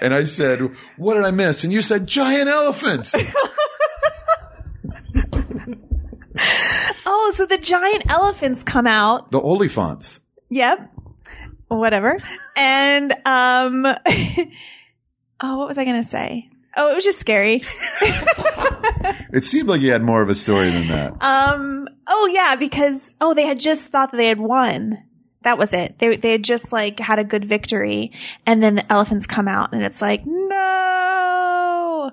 B: And I said, what did I miss? And you said, giant elephants.
C: Oh, so the giant elephants come out.
B: The Oliphants.
C: Yep. Whatever. And um Oh, what was I gonna say? Oh, it was just scary.
B: It seemed like you had more of a story than that.
C: Um. Oh yeah, because oh they had just thought that they had won. That was it. They they had just like had a good victory, and then the elephants come out, and it's like no.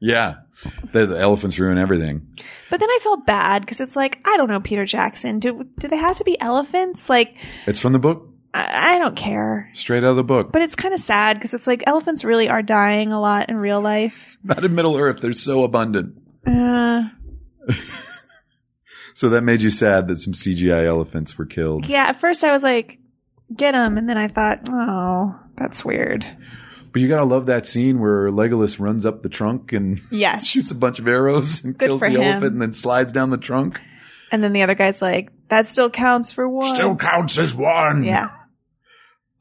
B: Yeah. The, the elephants ruin everything.
C: But then I felt bad because it's like I don't know Peter Jackson. Do do they have to be elephants? Like
B: It's from the book,
C: I, I don't care.
B: straight out of the book.
C: But it's kind of sad because it's like elephants really are dying a lot in real life.
B: Not in Middle Earth, they're so abundant.
C: Uh,
B: So that made you sad that some CGI elephants were killed.
C: yeah. At first I was like, get them, and then I thought, oh, that's weird.
B: But you gotta love that scene where Legolas runs up the trunk and
C: Yes.
B: shoots a bunch of arrows and
C: Good
B: kills the
C: for him.
B: elephant and then slides down the trunk.
C: And then the other guy's like, that still counts for one.
B: counts as one.
C: yeah,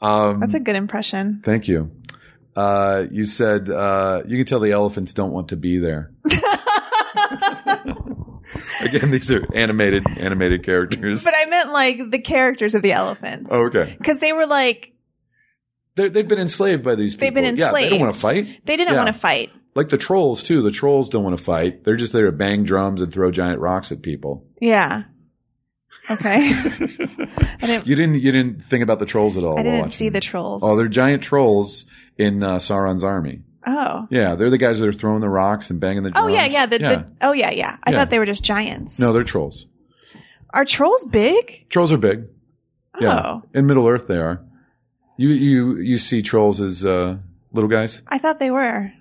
B: Um,
C: that's a good impression.
B: thank you. Uh, you said uh, you can tell the elephants don't want to be there. Again, these are animated animated characters.
C: But I meant like the characters of the elephants.
B: Oh, okay,
C: Because they were like,
B: They're, they've been enslaved by these people.
C: They've been
B: Yeah, they don't
C: enslaved.
B: want to fight.
C: they didn't
B: Yeah.
C: want to fight.
B: Like the trolls too. The trolls don't want to fight. They're just there to bang drums and throw giant rocks at people.
C: Yeah. Okay. I didn't,
B: You didn't you didn't think about the trolls at all.
C: I
B: while
C: didn't
B: watching
C: see the
B: them.
C: trolls.
B: Oh, they're giant trolls in uh, Sauron's army.
C: oh.
B: Yeah, they're the guys that are throwing the rocks and banging the drums.
C: Oh yeah, yeah. The, The, oh yeah, yeah. I
B: Yeah.
C: thought they were just giants.
B: no, they're trolls.
C: Are trolls big?
B: Trolls are big. Yeah,
C: Oh.
B: in Middle Earth they are. You you you see trolls as uh, little guys.
C: I thought they were.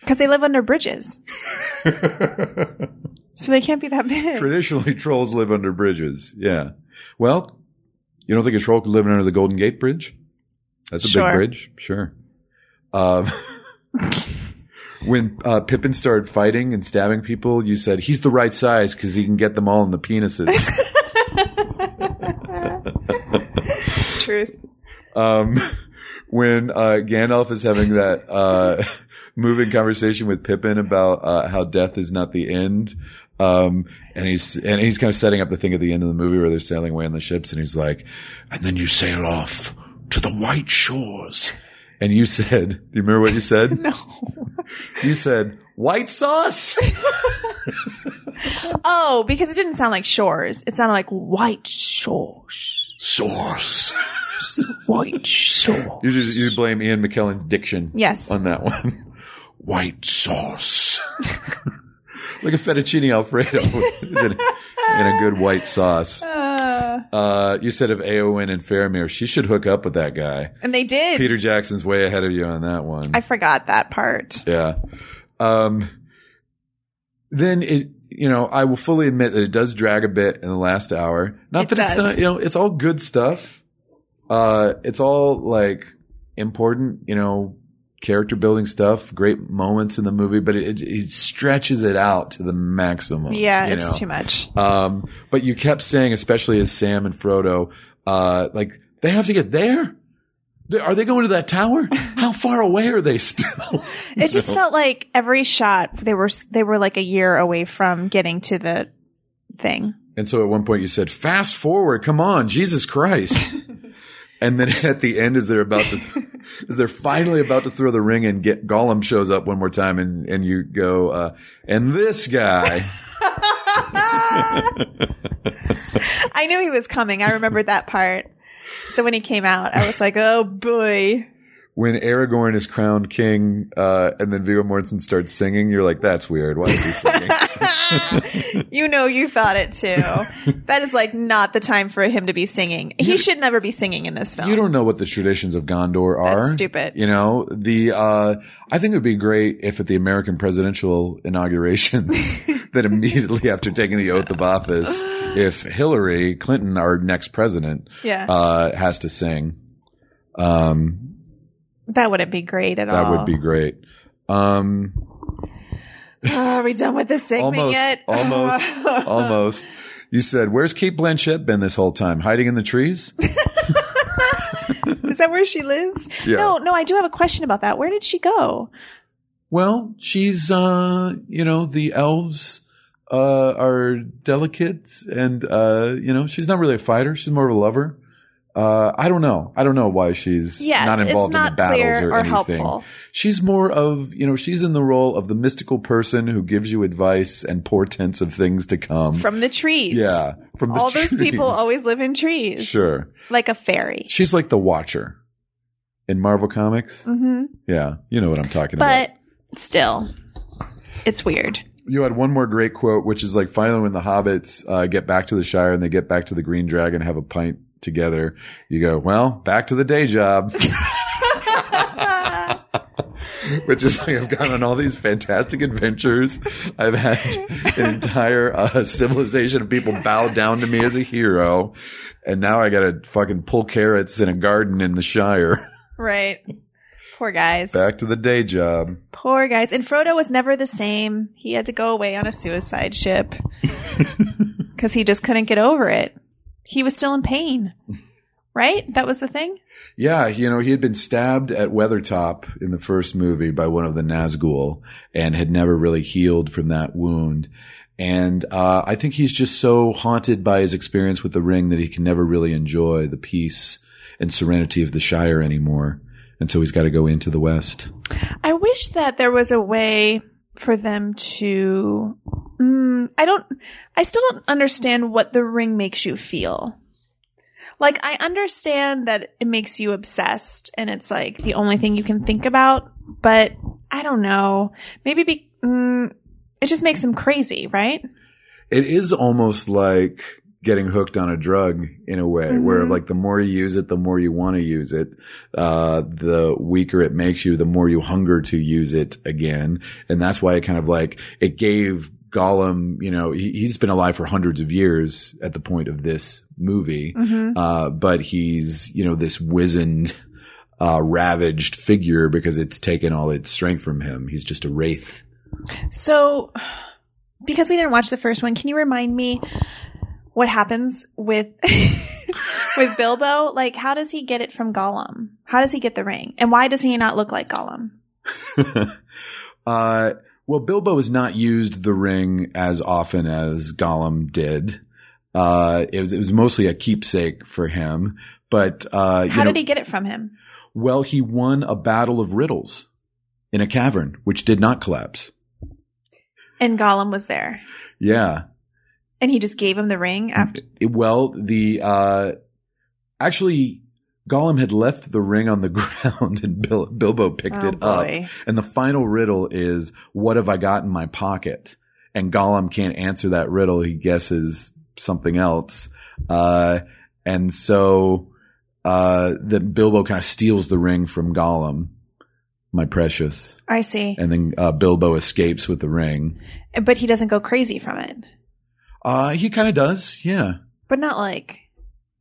C: Because they live under bridges. So they can't be that big.
B: Traditionally, trolls live under bridges. Yeah. Well, you don't think a troll could live under the Golden Gate Bridge? That's a
C: Sure.
B: big bridge. Sure. Um, when uh, Pippin started fighting and stabbing people, you said he's the right size because he can get them all in the penises.
C: Truth.
B: um, when uh, Gandalf is having that uh, moving conversation with Pippin about uh, how death is not the end, um, and he's and he's kind of setting up the thing at the end of the movie where they're sailing away on the ships, and he's like, "And then you sail off to the white shores." And you said, "Do you remember what you said?
C: No.
B: You said white sauce."
C: Oh, because it didn't sound like shores. It sounded like white shores.
B: Sauce.
C: White shores.
B: You just you blame Ian McKellen's diction.
C: Yes.
B: on that one. White sauce. like a fettuccine alfredo is in, in a good white sauce.
C: Uh,
B: Uh, you said of Aowen and Faramir, she should hook up with that guy.
C: and they did.
B: Peter Jackson's way ahead of you on that one.
C: I forgot that part.
B: yeah. Um, then it, you know, I will fully admit that it does drag a bit in the last hour. Not
C: It
B: that it's
C: does.
B: not, you know, it's all good stuff. Uh, it's all like important, you know, character building stuff, great moments in the movie, but it, it, it stretches it out to the maximum.
C: yeah,
B: you
C: it's
B: know?
C: too much.
B: Um, but you kept saying, especially as Sam and Frodo, uh, like they have to get there. They- Are they going to that tower? How far away are they still?
C: It just
B: No.
C: felt like every shot they were they were like a year away from getting to the thing.
B: And so at one point you said, "Fast forward, come on, Jesus Christ!" and then at the end, as they're about to, as they're finally about to throw the ring, and get Gollum shows up one more time, and and you go, uh, "And this guy."
C: I knew he was coming. I remembered that part. So when he came out, I was like, "Oh boy!"
B: when Aragorn is crowned king, uh, and then Viggo Mortensen starts singing, you're like, "That's weird. Why is he singing?"
C: you know, you thought it too. That is like not the time for him to be singing. He should never be singing in this film.
B: You don't know what the traditions of Gondor are.
C: That's stupid.
B: You know, the, uh, I think it would be great if at the American presidential inauguration, that immediately after taking the oath of office, if Hillary Clinton, our next president,
C: yeah,
B: uh, has to sing, um,
C: that wouldn't be great at all.
B: that would be great. Um,
C: Oh, are we done with this segment
B: Almost,
C: yet?
B: almost, almost. You said, where's Kate Blanchett been this whole time? Hiding in the trees?
C: Is that where she lives?
B: Yeah.
C: No, no, I do have a question about that. Where did she go?
B: Well, she's uh, you know, the elves uh are delicate and uh, you know, she's not really a fighter, she's more of a lover. Uh, I don't know. I don't know why she's
C: Yeah,
B: not involved
C: it's not
B: in the battles
C: clear
B: or,
C: or,
B: anything.
C: helpful.
B: She's more of, you know, she's in the role of the mystical person who gives you advice and portents of things to come.
C: From the trees.
B: yeah, from the
C: All those people
B: trees.
C: always live in trees.
B: Sure.
C: Like a fairy.
B: She's like the watcher in Marvel Comics.
C: hmm
B: Yeah, you know what I'm talking about.
C: But still, it's weird.
B: you had one more great quote, which is like finally when the hobbits uh, get back to the Shire and they get back to the Green Dragon, have a pint together. You go, well, back to the day job, which is like I've gone on all these fantastic adventures. I've had an entire uh, civilization of people bow down to me as a hero, and now I got to fucking pull carrots in a garden in the Shire.
C: right. Poor guys.
B: Back to the day job.
C: Poor guys. And Frodo was never the same. He had to go away on a suicide ship because he just couldn't get over it. He was still in pain. Right? That was the thing?
B: Yeah, you know, he had been stabbed at Weathertop in the first movie by one of the Nazgul and had never really healed from that wound. And uh, I think he's just so haunted by his experience with the ring that he can never really enjoy the peace and serenity of the Shire anymore. And so he's got to go into the West.
C: I wish that there was a way for them to. Mm, I don't. I still don't understand what the ring makes you feel. Like, I understand that it makes you obsessed and it's like the only thing you can think about, but I don't know. Maybe be, mm, it just makes them crazy, right?
B: It is almost like getting hooked on a drug in a way where
C: Mhm.
B: like the more you use it, the more you want to use it. Uh, the weaker it makes you, the more you hunger to use it again. And that's why it kind of like, it gave Gollum, you know, he, he's been alive for hundreds of years at the point of this movie.
C: Mm-hmm.
B: Uh, but he's, you know, this wizened, uh, ravaged figure because it's taken all its strength from him. He's just a wraith.
C: So, because we didn't watch the first one, can you remind me what happens with with Bilbo? Like, how does he get it from Gollum? How does he get the ring? And why does he not look like Gollum?
B: uh, well, Bilbo has not used the ring as often as Gollum did. Uh, it, was, it was mostly a keepsake for him, but uh, you
C: How
B: know,
C: did he get it from him?
B: well, he won a battle of riddles in a cavern, which did not collapse.
C: And Gollum was there,
B: Yeah.
C: and he just gave him the ring after.
B: It- well, the uh, actually, Gollum had left the ring on the ground, and Bil- Bilbo picked
C: oh
B: it up.
C: boy!
B: And the final riddle is, what have I got in my pocket? And Gollum can't answer that riddle. He guesses something else. Uh, and so, uh, that Bilbo kind of steals the ring from Gollum. My Precious.
C: I see.
B: And then uh, Bilbo escapes with the ring.
C: But he doesn't go crazy from it.
B: Uh, he kind of does, yeah.
C: But not like,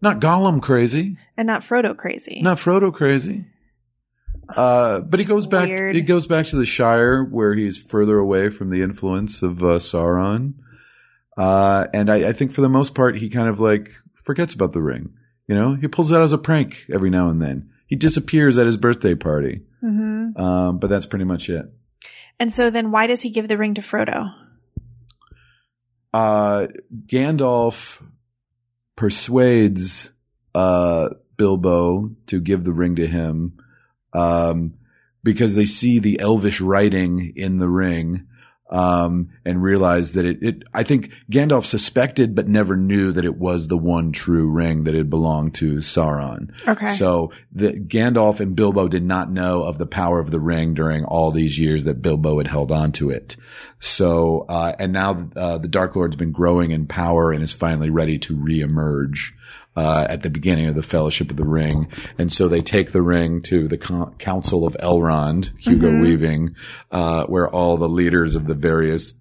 B: Not Gollum crazy,
C: and not Frodo crazy.
B: not Frodo crazy. Uh, but he
C: It's
B: goes back.
C: weird.
B: He goes back to the Shire, where he's further away from the influence of uh, Sauron. Uh, and I, I think for the most part, he kind of like forgets about the ring. You know, he pulls that as a prank every now and then. He disappears at his birthday party,
C: hmm
B: um, but that's pretty much it.
C: And so then why does he give the ring to Frodo?
B: uh, Gandalf persuades uh, Bilbo to give the ring to him um, because they see the elvish writing in the ring um, and realize that it, it. I think Gandalf suspected but never knew that it was the one true ring that had belonged to Sauron.
C: Okay.
B: So the, Gandalf and Bilbo did not know of the power of the ring during all these years that Bilbo had held on to it. So, uh, and now uh, the Dark Lord's been growing in power and is finally ready to reemerge uh, at the beginning of the Fellowship of the Ring. And so they take the ring to the co- Council of Elrond, Hugo
C: Mhm.
B: Weaving, uh, where all the leaders of the various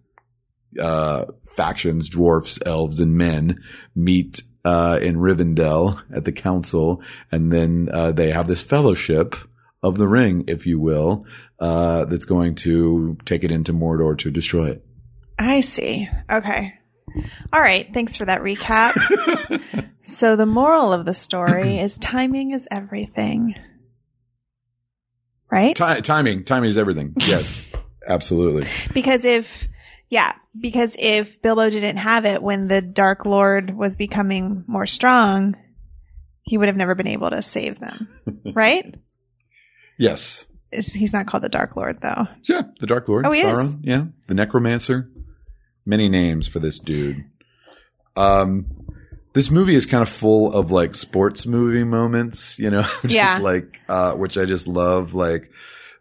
B: uh, factions, dwarfs, elves, and men meet uh, in Rivendell at the council, and then uh, they have this fellowship of the ring, if you will, uh, that's going to take it into Mordor to destroy it.
C: I see. Okay. All right. Thanks for that recap. so the moral of the story is timing is everything. Right?
B: Ti- timing, timing is everything. Yes, absolutely.
C: Because if, yeah, because if Bilbo didn't have it when the Dark Lord was becoming more strong, he would have never been able to save them. Right?
B: Yes.
C: It's, he's not called the Dark Lord, though.
B: Yeah, the Dark Lord.
C: Oh, he is.
B: Sauron. Yeah, the Necromancer. Many names for this dude. Um, this movie is kind of full of like sports movie moments, you know, just
C: Yeah.
B: like uh, which I just love, like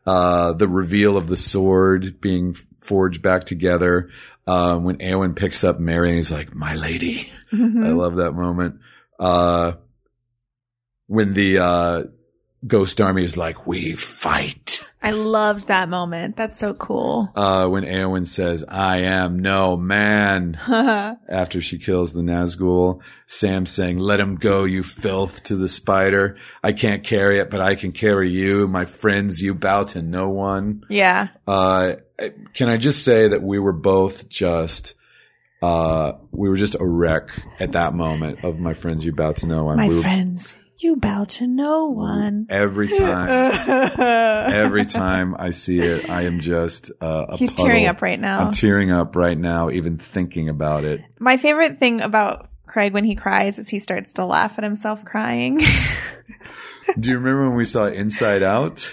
B: uh, the reveal of the sword being forged back together. Um, when Eowyn picks up Mary and he's like, "My lady," I
C: Mhm.
B: love that moment. Uh, when the uh, Ghost Army is like, "We fight."
C: I loved that moment. That's so cool.
B: uh, when Eowyn says, I am no man, after she kills the Nazgul. Sam saying, Let him go, you filth, to the spider. I can't carry it, but I can carry you, my friends, you bow to no one.
C: yeah.
B: Uh, can I just say that we were both just. Uh, we were just a wreck at that moment of my friends you bow to no one.
C: My
B: we were,
C: friends, you bow to no one.
B: Every time, every time I see it, I am just uh, a
C: He's
B: puddle.
C: tearing up right now.
B: I'm tearing up right now, even thinking about it.
C: My favorite thing about Craig when he cries is he starts to laugh at himself crying.
B: Do you remember when we saw Inside Out?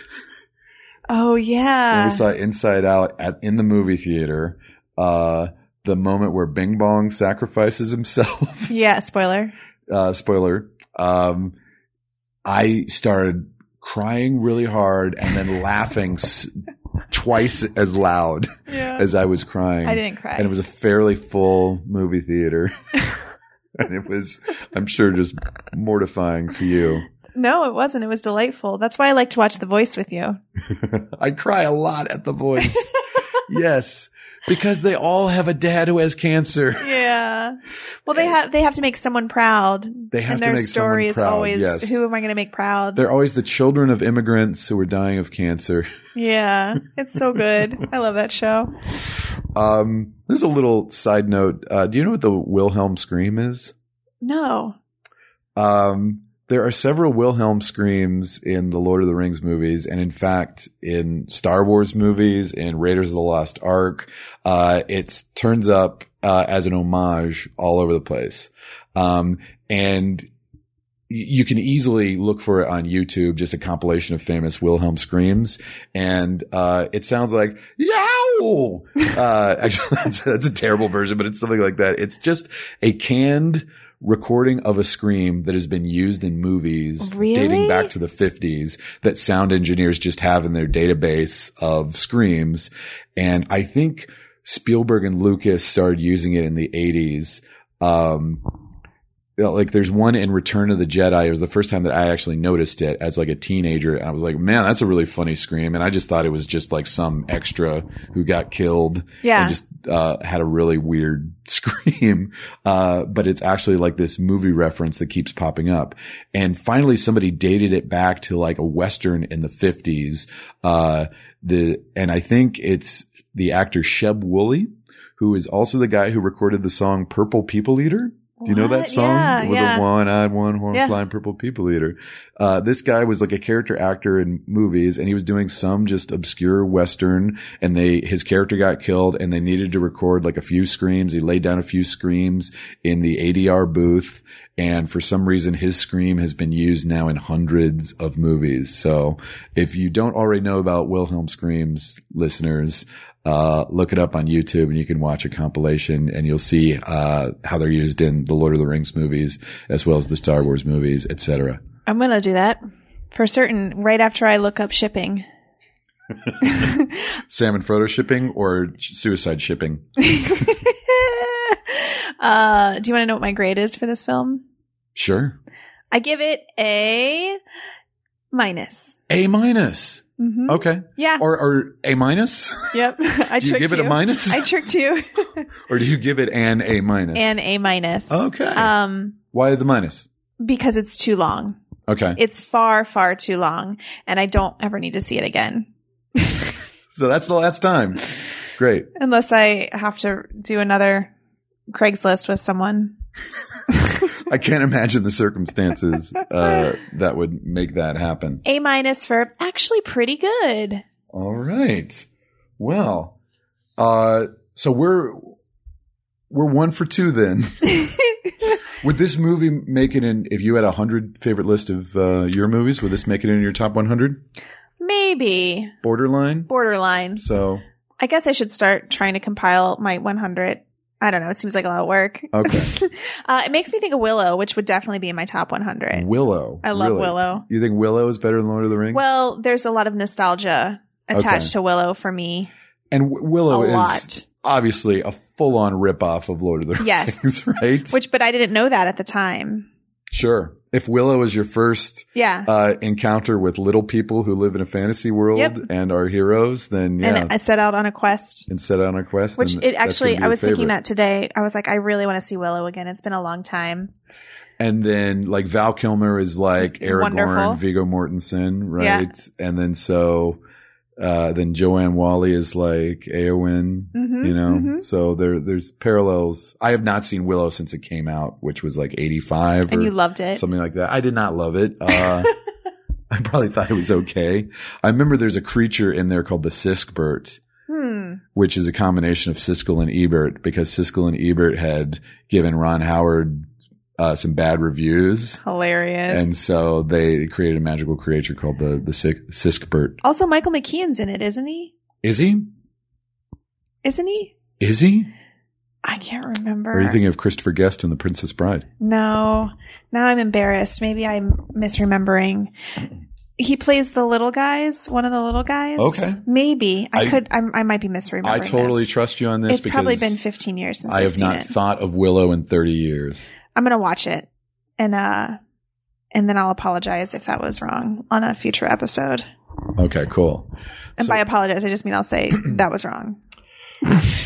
C: oh
B: When
C: yeah.
B: we saw Inside Out at in the movie theater, uh, the moment where Bing Bong sacrifices himself.
C: yeah, spoiler.
B: uh, spoiler. Um, I started crying really hard and then laughing s- twice as loud
C: Yeah.
B: as I was crying.
C: I didn't cry.
B: And it was a fairly full movie theater. and it was, I'm sure, just mortifying to you.
C: no, it wasn't. It was delightful. That's why I like to watch The Voice with you.
B: I cry a lot at the voice. yes. Because they all have a dad who has cancer.
C: Yeah. Well, they have they have to make someone proud.
B: They have
C: and
B: to
C: their
B: make someone
C: story is
B: proud,
C: always
B: yes.
C: who am I going to make proud?
B: They're always the children of immigrants who are dying of cancer.
C: yeah. It's so good. I love that show.
B: Um, this is a little side note. Uh, do you know what the Wilhelm scream is?
C: No.
B: Um, there are several Wilhelm screams in the Lord of the Rings movies, and in fact, in Star Wars movies, in Raiders of the Lost Ark, uh, it turns up uh, as an homage all over the place. Um, and y- you can easily look for it on YouTube, just a compilation of famous Wilhelm screams, and uh, it sounds like yow. Uh, actually, that's, that's a terrible version, but it's something like that. It's just a canned recording of a scream that has been used in movies
C: Really?
B: dating back to the 50s that sound engineers just have in their database of screams. And I think Spielberg and Lucas started using it in the 80s. Um, like there's one in Return of the Jedi. It was the first time that I actually noticed it as like a teenager, and I was like, man, that's a really funny scream. And I just thought it was just like some extra who got killed
C: Yeah.
B: and just uh, had a really weird scream. Uh, but it's actually like this movie reference that keeps popping up. And finally, somebody dated it back to like a western in the fifties. Uh, the and I think it's the actor Sheb Woolley, who is also the guy who recorded the song "Purple People Eater." Do you know that
C: What?
B: song?
C: Yeah,
B: it was
C: yeah.
B: a one-eyed, one-horned,
C: Yeah.
B: flying purple people eater. Uh, this guy was like a character actor in movies, and he was doing some just obscure western. And they, his character got killed, and they needed to record like a few screams. He laid down a few screams in the ADR booth, and for some reason, his scream has been used now in hundreds of movies. So, if you don't already know about Wilhelm screams, listeners, uh, look it up on YouTube and you can watch a compilation and you'll see uh, how they're used in the Lord of the Rings movies as well as the Star Wars movies, etc.
C: I'm gonna do that for certain. Right after I look up shipping.
B: Sam and Frodo shipping or sh- suicide shipping?
C: uh, do you want to know what my grade is for this film?
B: Sure.
C: I give it a minus.
B: A minus.
C: hmm
B: Okay.
C: Yeah.
B: Or, or A minus?
C: yep. I
B: Do Oh. you
C: tricked
B: give it a minus?
C: I tricked you.
B: or do you give it an A minus?
C: and a minus.
B: Okay.
C: Um,
B: Why the minus?
C: because it's too long.
B: Okay.
C: It's far, far too long, and I don't ever need to see it again.
B: So that's the last time. Great.
C: Unless I have to do another Craigslist with someone.
B: I can't imagine the circumstances uh, that would make that happen.
C: A minus for actually pretty good.
B: All right. Well, uh, so we're we're one for two then. would this movie make it in? If you had a hundred favorite list of uh, your movies, would this make it in your top one hundred?
C: Maybe
B: Borderline.
C: borderline.
B: So
C: I guess I should start trying to compile my 100. I don't know. It seems like a lot of work.
B: Oh, Okay.
C: uh, it makes me think of Willow, which would definitely be in my top 100.
B: Willow.
C: I love
B: really.
C: Willow.
B: You think Willow is better than Lord of the Rings?
C: Well, there's a lot of nostalgia attached
B: Okay.
C: to Willow for me.
B: and w- Willow
C: a
B: is
C: lot.
B: obviously a full-on ripoff of Lord of the
C: Yes.
B: Rings, right?
C: Which, but I didn't know that at the time.
B: sure. If Willow is your first
C: Yeah.
B: uh, encounter with little people who live in a fantasy world
C: Yep.
B: and are heroes, then Oh, yeah,
C: And I set out on a quest,
B: and set out on a quest.
C: which
B: then
C: it
B: that's gonna
C: actually,
B: be
C: I
B: your
C: was thinking
B: favorite.
C: that today. I was like, I really want to see Willow again. It's been a long time.
B: And then like Val Kilmer is like
C: Wonderful.
B: Aragorn, Viggo Mortensen, right? And then so uh, then Joanne Wally is like Eowyn.
C: Mm-hmm,
B: You know,
C: mhm.
B: so there there's parallels. I have not seen Willow since it came out, which was like eighty five
C: And you
B: or
C: loved it.
B: something like that. I did not love it. Uh, I probably thought it was okay. I remember there's a creature in there called the Siskbert,
C: Hmm.
B: which is a combination of Siskel and Ebert because Siskel and Ebert had given Ron Howard uh, some bad reviews.
C: Hilarious.
B: And so they created a magical creature called the the Sisk- Siskbert.
C: also, Michael McKean's in it, isn't he?
B: Is he?
C: Isn't he?
B: Is he?
C: I can't remember.
B: Or are you thinking of Christopher Guest in The Princess Bride?
C: no. Now I'm embarrassed. Maybe I'm misremembering. He plays the little guys, one of the little guys.
B: Okay.
C: Maybe I,
B: I-
C: could. I'm, I might be misremembering.
B: I totally
C: this.
B: trust you on this
C: it's
B: because
C: probably been 15 years since
B: I
C: I've
B: have
C: seen
B: not
C: it.
B: thought of Willow in 30 years.
C: I'm gonna watch it and uh and then I'll apologize if that was wrong on a future episode.
B: Okay, cool.
C: And
B: So-
C: by apologize, I just mean I'll say that was wrong.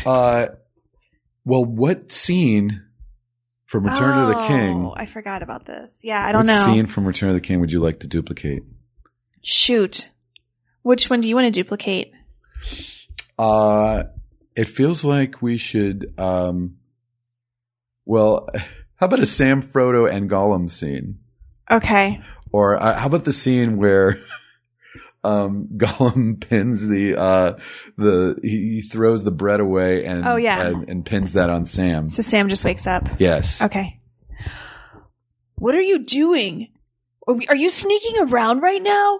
B: Uh, well, what scene from Return of the King?
C: Oh, I forgot about this. Yeah, I don't
B: what
C: know.
B: scene from Return of the King would you like to duplicate?
C: Shoot. Which one do you want to duplicate?
B: Uh, it feels like we should. Um, well, how about a Sam Frodo and Gollum scene,
C: Okay.
B: or uh, how about the scene where um, Gollum pins the uh, the he he throws the bread away and
C: Oh, yeah.
B: and, and pins that on Sam.
C: So Sam just wakes up.
B: yes.
C: Okay. What are you doing? Are, we, are you sneaking around right now?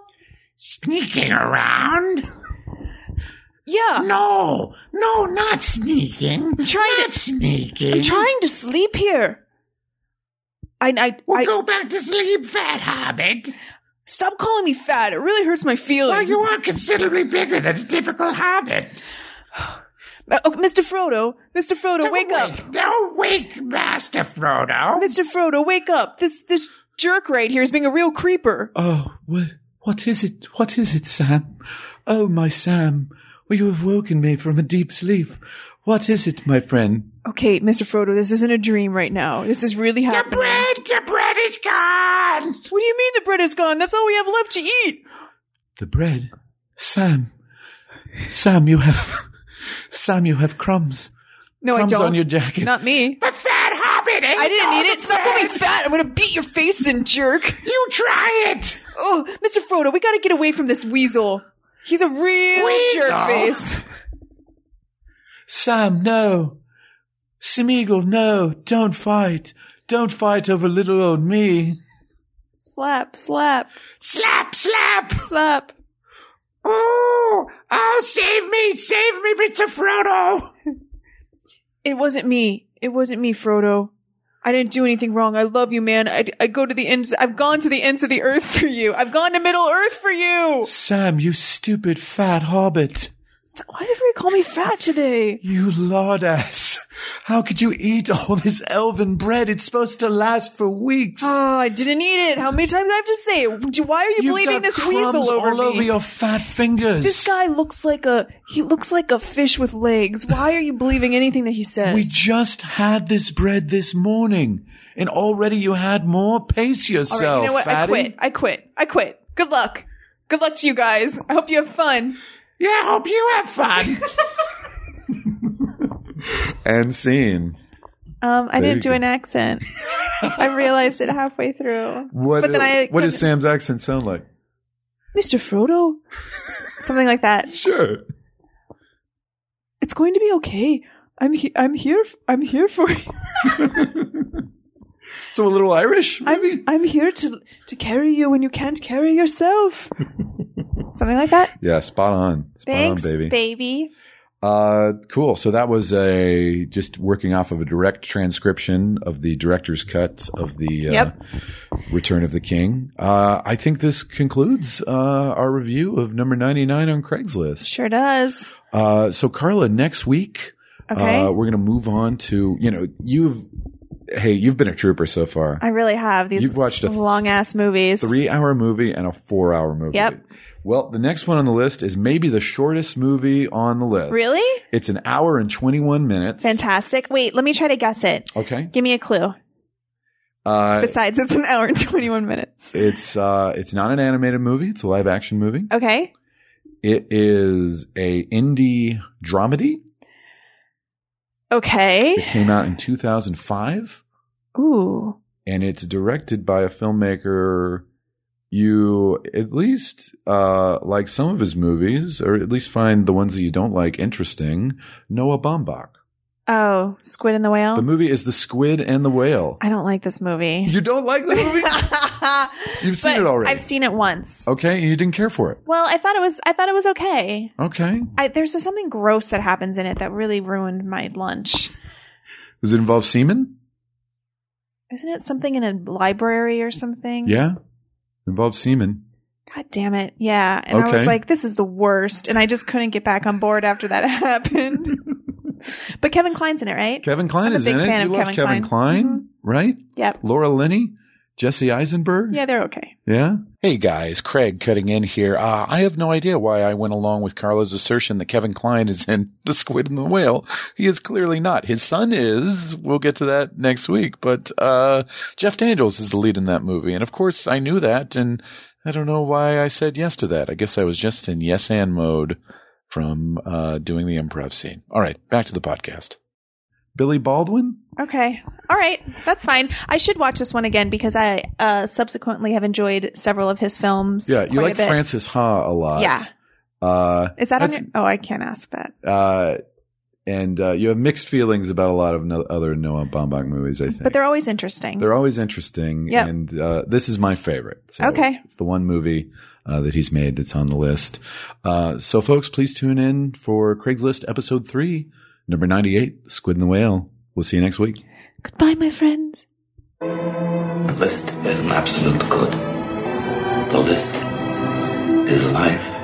D: Sneaking around?
C: Yeah.
D: No, no, not sneaking.
C: trying
D: not sneaking.
C: trying to sleep here. I I,
D: Well, go back to sleep, fat hobbit.
C: Stop calling me fat. It really hurts my feelings.
D: Well, you are considerably bigger than a typical hobbit.
C: Oh, Mr. Frodo, Mr. Frodo,
D: Don't
C: wake up.
D: Don't wake, Master Frodo.
C: Mr. Frodo, wake up. This this jerk right here is being a real creeper.
B: Oh, what, what is it? What is it, Sam? Oh, my Sam, well, you have woken me from a deep sleep. What is it, my friend?
C: Okay, Mr. Frodo, this isn't a dream right now. This is really
D: The
C: happening.
D: bread, the bread is gone.
C: What do you mean the bread is gone? That's all we have left to eat.
B: The bread. Sam, Sam, you have, Sam, you have crumbs.
C: No,
B: Crumbs
C: I don't.
B: on your jacket.
C: Not me.
D: The fat hobbit ate
C: I didn't
D: all
C: eat
D: the
C: it. Stop calling me
D: bread.
C: fat. I'm gonna beat your face in, jerk.
D: You try it.
C: Oh, Mr. Frodo, we gotta get away from this weasel. He's a real
D: Weasel?
C: jerk face.
B: Sam, no. Smeagol, no. Don't fight. Don't fight over little old me.
C: Slap, slap,
D: Slap, slap.
C: slap.
D: Ooh, oh, save me, save me, Mr. Frodo.
C: It wasn't me. It wasn't me, Frodo. I didn't do anything wrong. I love you, man. I, I go to the ends. I've gone to the ends of the earth for you. I've gone to Middle Earth for you.
B: Sam, you stupid fat hobbit.
C: Stop. Why did everybody call me fat today?
B: You lard ass. How could you eat all this elven bread? It's supposed to last for weeks.
C: Oh, I didn't eat it. How many times do I have to say it? Do- Why are you
B: You've
C: bleeding
B: got
C: this
B: crumbs
C: weasel over
B: all
C: me?
B: over your fat fingers.
C: this guy looks like a he looks like a fish with legs. Why are you believing anything that he says?
B: we just had this bread this morning, and already you had more. Pace
C: All
B: yourself,
C: right, you know what?
B: fatty.
C: I quit. I quit. I quit. Good luck. Good luck to you guys. I hope you have fun.
D: Yeah, hope you have fun.
B: And scene.
C: Um, I
B: There you
C: didn't do
B: go.
C: an accent. I realized it halfway through.
B: What,
C: But then I
B: what does
C: kept-
B: Sam's accent sound like?
C: Mr. Frodo? Something like that.
B: Sure.
C: It's going to be okay. I'm he- I'm here I'm here for you.
B: So a little Irish,
C: I'm
B: maybe?
C: I'm here to to carry you when you can't carry yourself. Something like that.
B: yeah, spot on. Spot
C: Thanks,
B: on, baby.
C: baby.
B: Uh, cool. So that was a just working off of a direct transcription of the director's cut of the uh,
C: Yep.
B: Return of the King. Uh, I think this concludes uh, our review of number ninety nine on Craigslist.
C: Sure does.
B: Uh, so Carla, next week
C: Okay.
B: uh, we're gonna move on to you know you've hey you've been a trooper so far.
C: I really have these
B: you've watched a
C: long ass movies.
B: three hour movie and a four hour movie.
C: Yep.
B: Well, the next one on the list is maybe the shortest movie on the list.
C: Really?
B: It's an hour and 21 minutes.
C: Fantastic. Wait, let me try to guess it.
B: Okay.
C: Give me a clue.
B: Uh,
C: Besides, it's an hour and 21 minutes.
B: it's uh, it's not an animated movie. It's a live action movie.
C: Okay.
B: It is a indie dramedy. It
C: Okay.
B: came out in 2005,
C: Ooh.
B: and it's directed by a filmmaker you at least uh, like some of his movies, or at least find the ones that you don't like interesting. Noah Baumbach.
C: Oh, Squid and the Whale?
B: The movie is The Squid and the Whale.
C: I don't like this movie.
B: You don't like the movie? You've seen
C: But
B: it already. Oh.
C: I've seen it once.
B: okay, you didn't care for it.
C: Well, I thought it was I thought it was okay.
B: Okay.
C: I, there's just something gross that happens in it that really ruined my lunch.
B: Does it involve semen?
C: Mm-hmm. Isn't it something in a library or something?
B: Yeah. Involves semen.
C: God damn it. Yeah. And I
B: Okay.
C: was like, this is the worst. And I just couldn't get back on board after that happened. but Kevin Klein's in it, right?
B: Kevin Klein
C: I'm a
B: is
C: big
B: in it.
C: fan
B: you
C: of
B: love
C: Kevin
B: Kevin Klein,
C: Kline.
B: right?
C: Yep.
B: Laura Linney, Jesse Eisenberg.
C: Yeah, they're okay.
B: Yeah. Hey guys, Craig cutting in here. Uh, I have no idea why I went along with Carla's assertion that Kevin Klein is in The Squid and the Whale. He is clearly not. His son is. We'll get to that next week. But uh, Jeff Daniels is the lead in that movie. And of course, I knew that. And I don't know why I said yes to that. I guess I was just in yes and mode from uh, doing the improv scene. All right, back to the podcast. Billy Baldwin?
C: Okay. All right. That's fine. I should watch this one again because I uh, subsequently have enjoyed several of his films. quite a bit.
B: Francis Ha a lot.
C: Yeah.
B: Uh,
C: Is that
B: I
C: on your? Oh, I can't ask that.
B: uh, and uh, you have mixed feelings about a lot of no- other Noah Baumbach movies. I think,
C: But they're always interesting.
B: They're always interesting.
C: Yep.
B: and uh, this is my favorite. So
C: Okay.
B: it's the one movie. Uh, that he's made that's on the list. Uh, so, folks, please tune in for Craigslist episode three, number 98, Squid and the Whale. We'll see you next week.
C: Goodbye, my friends.
E: The list is an absolute good. The list is life.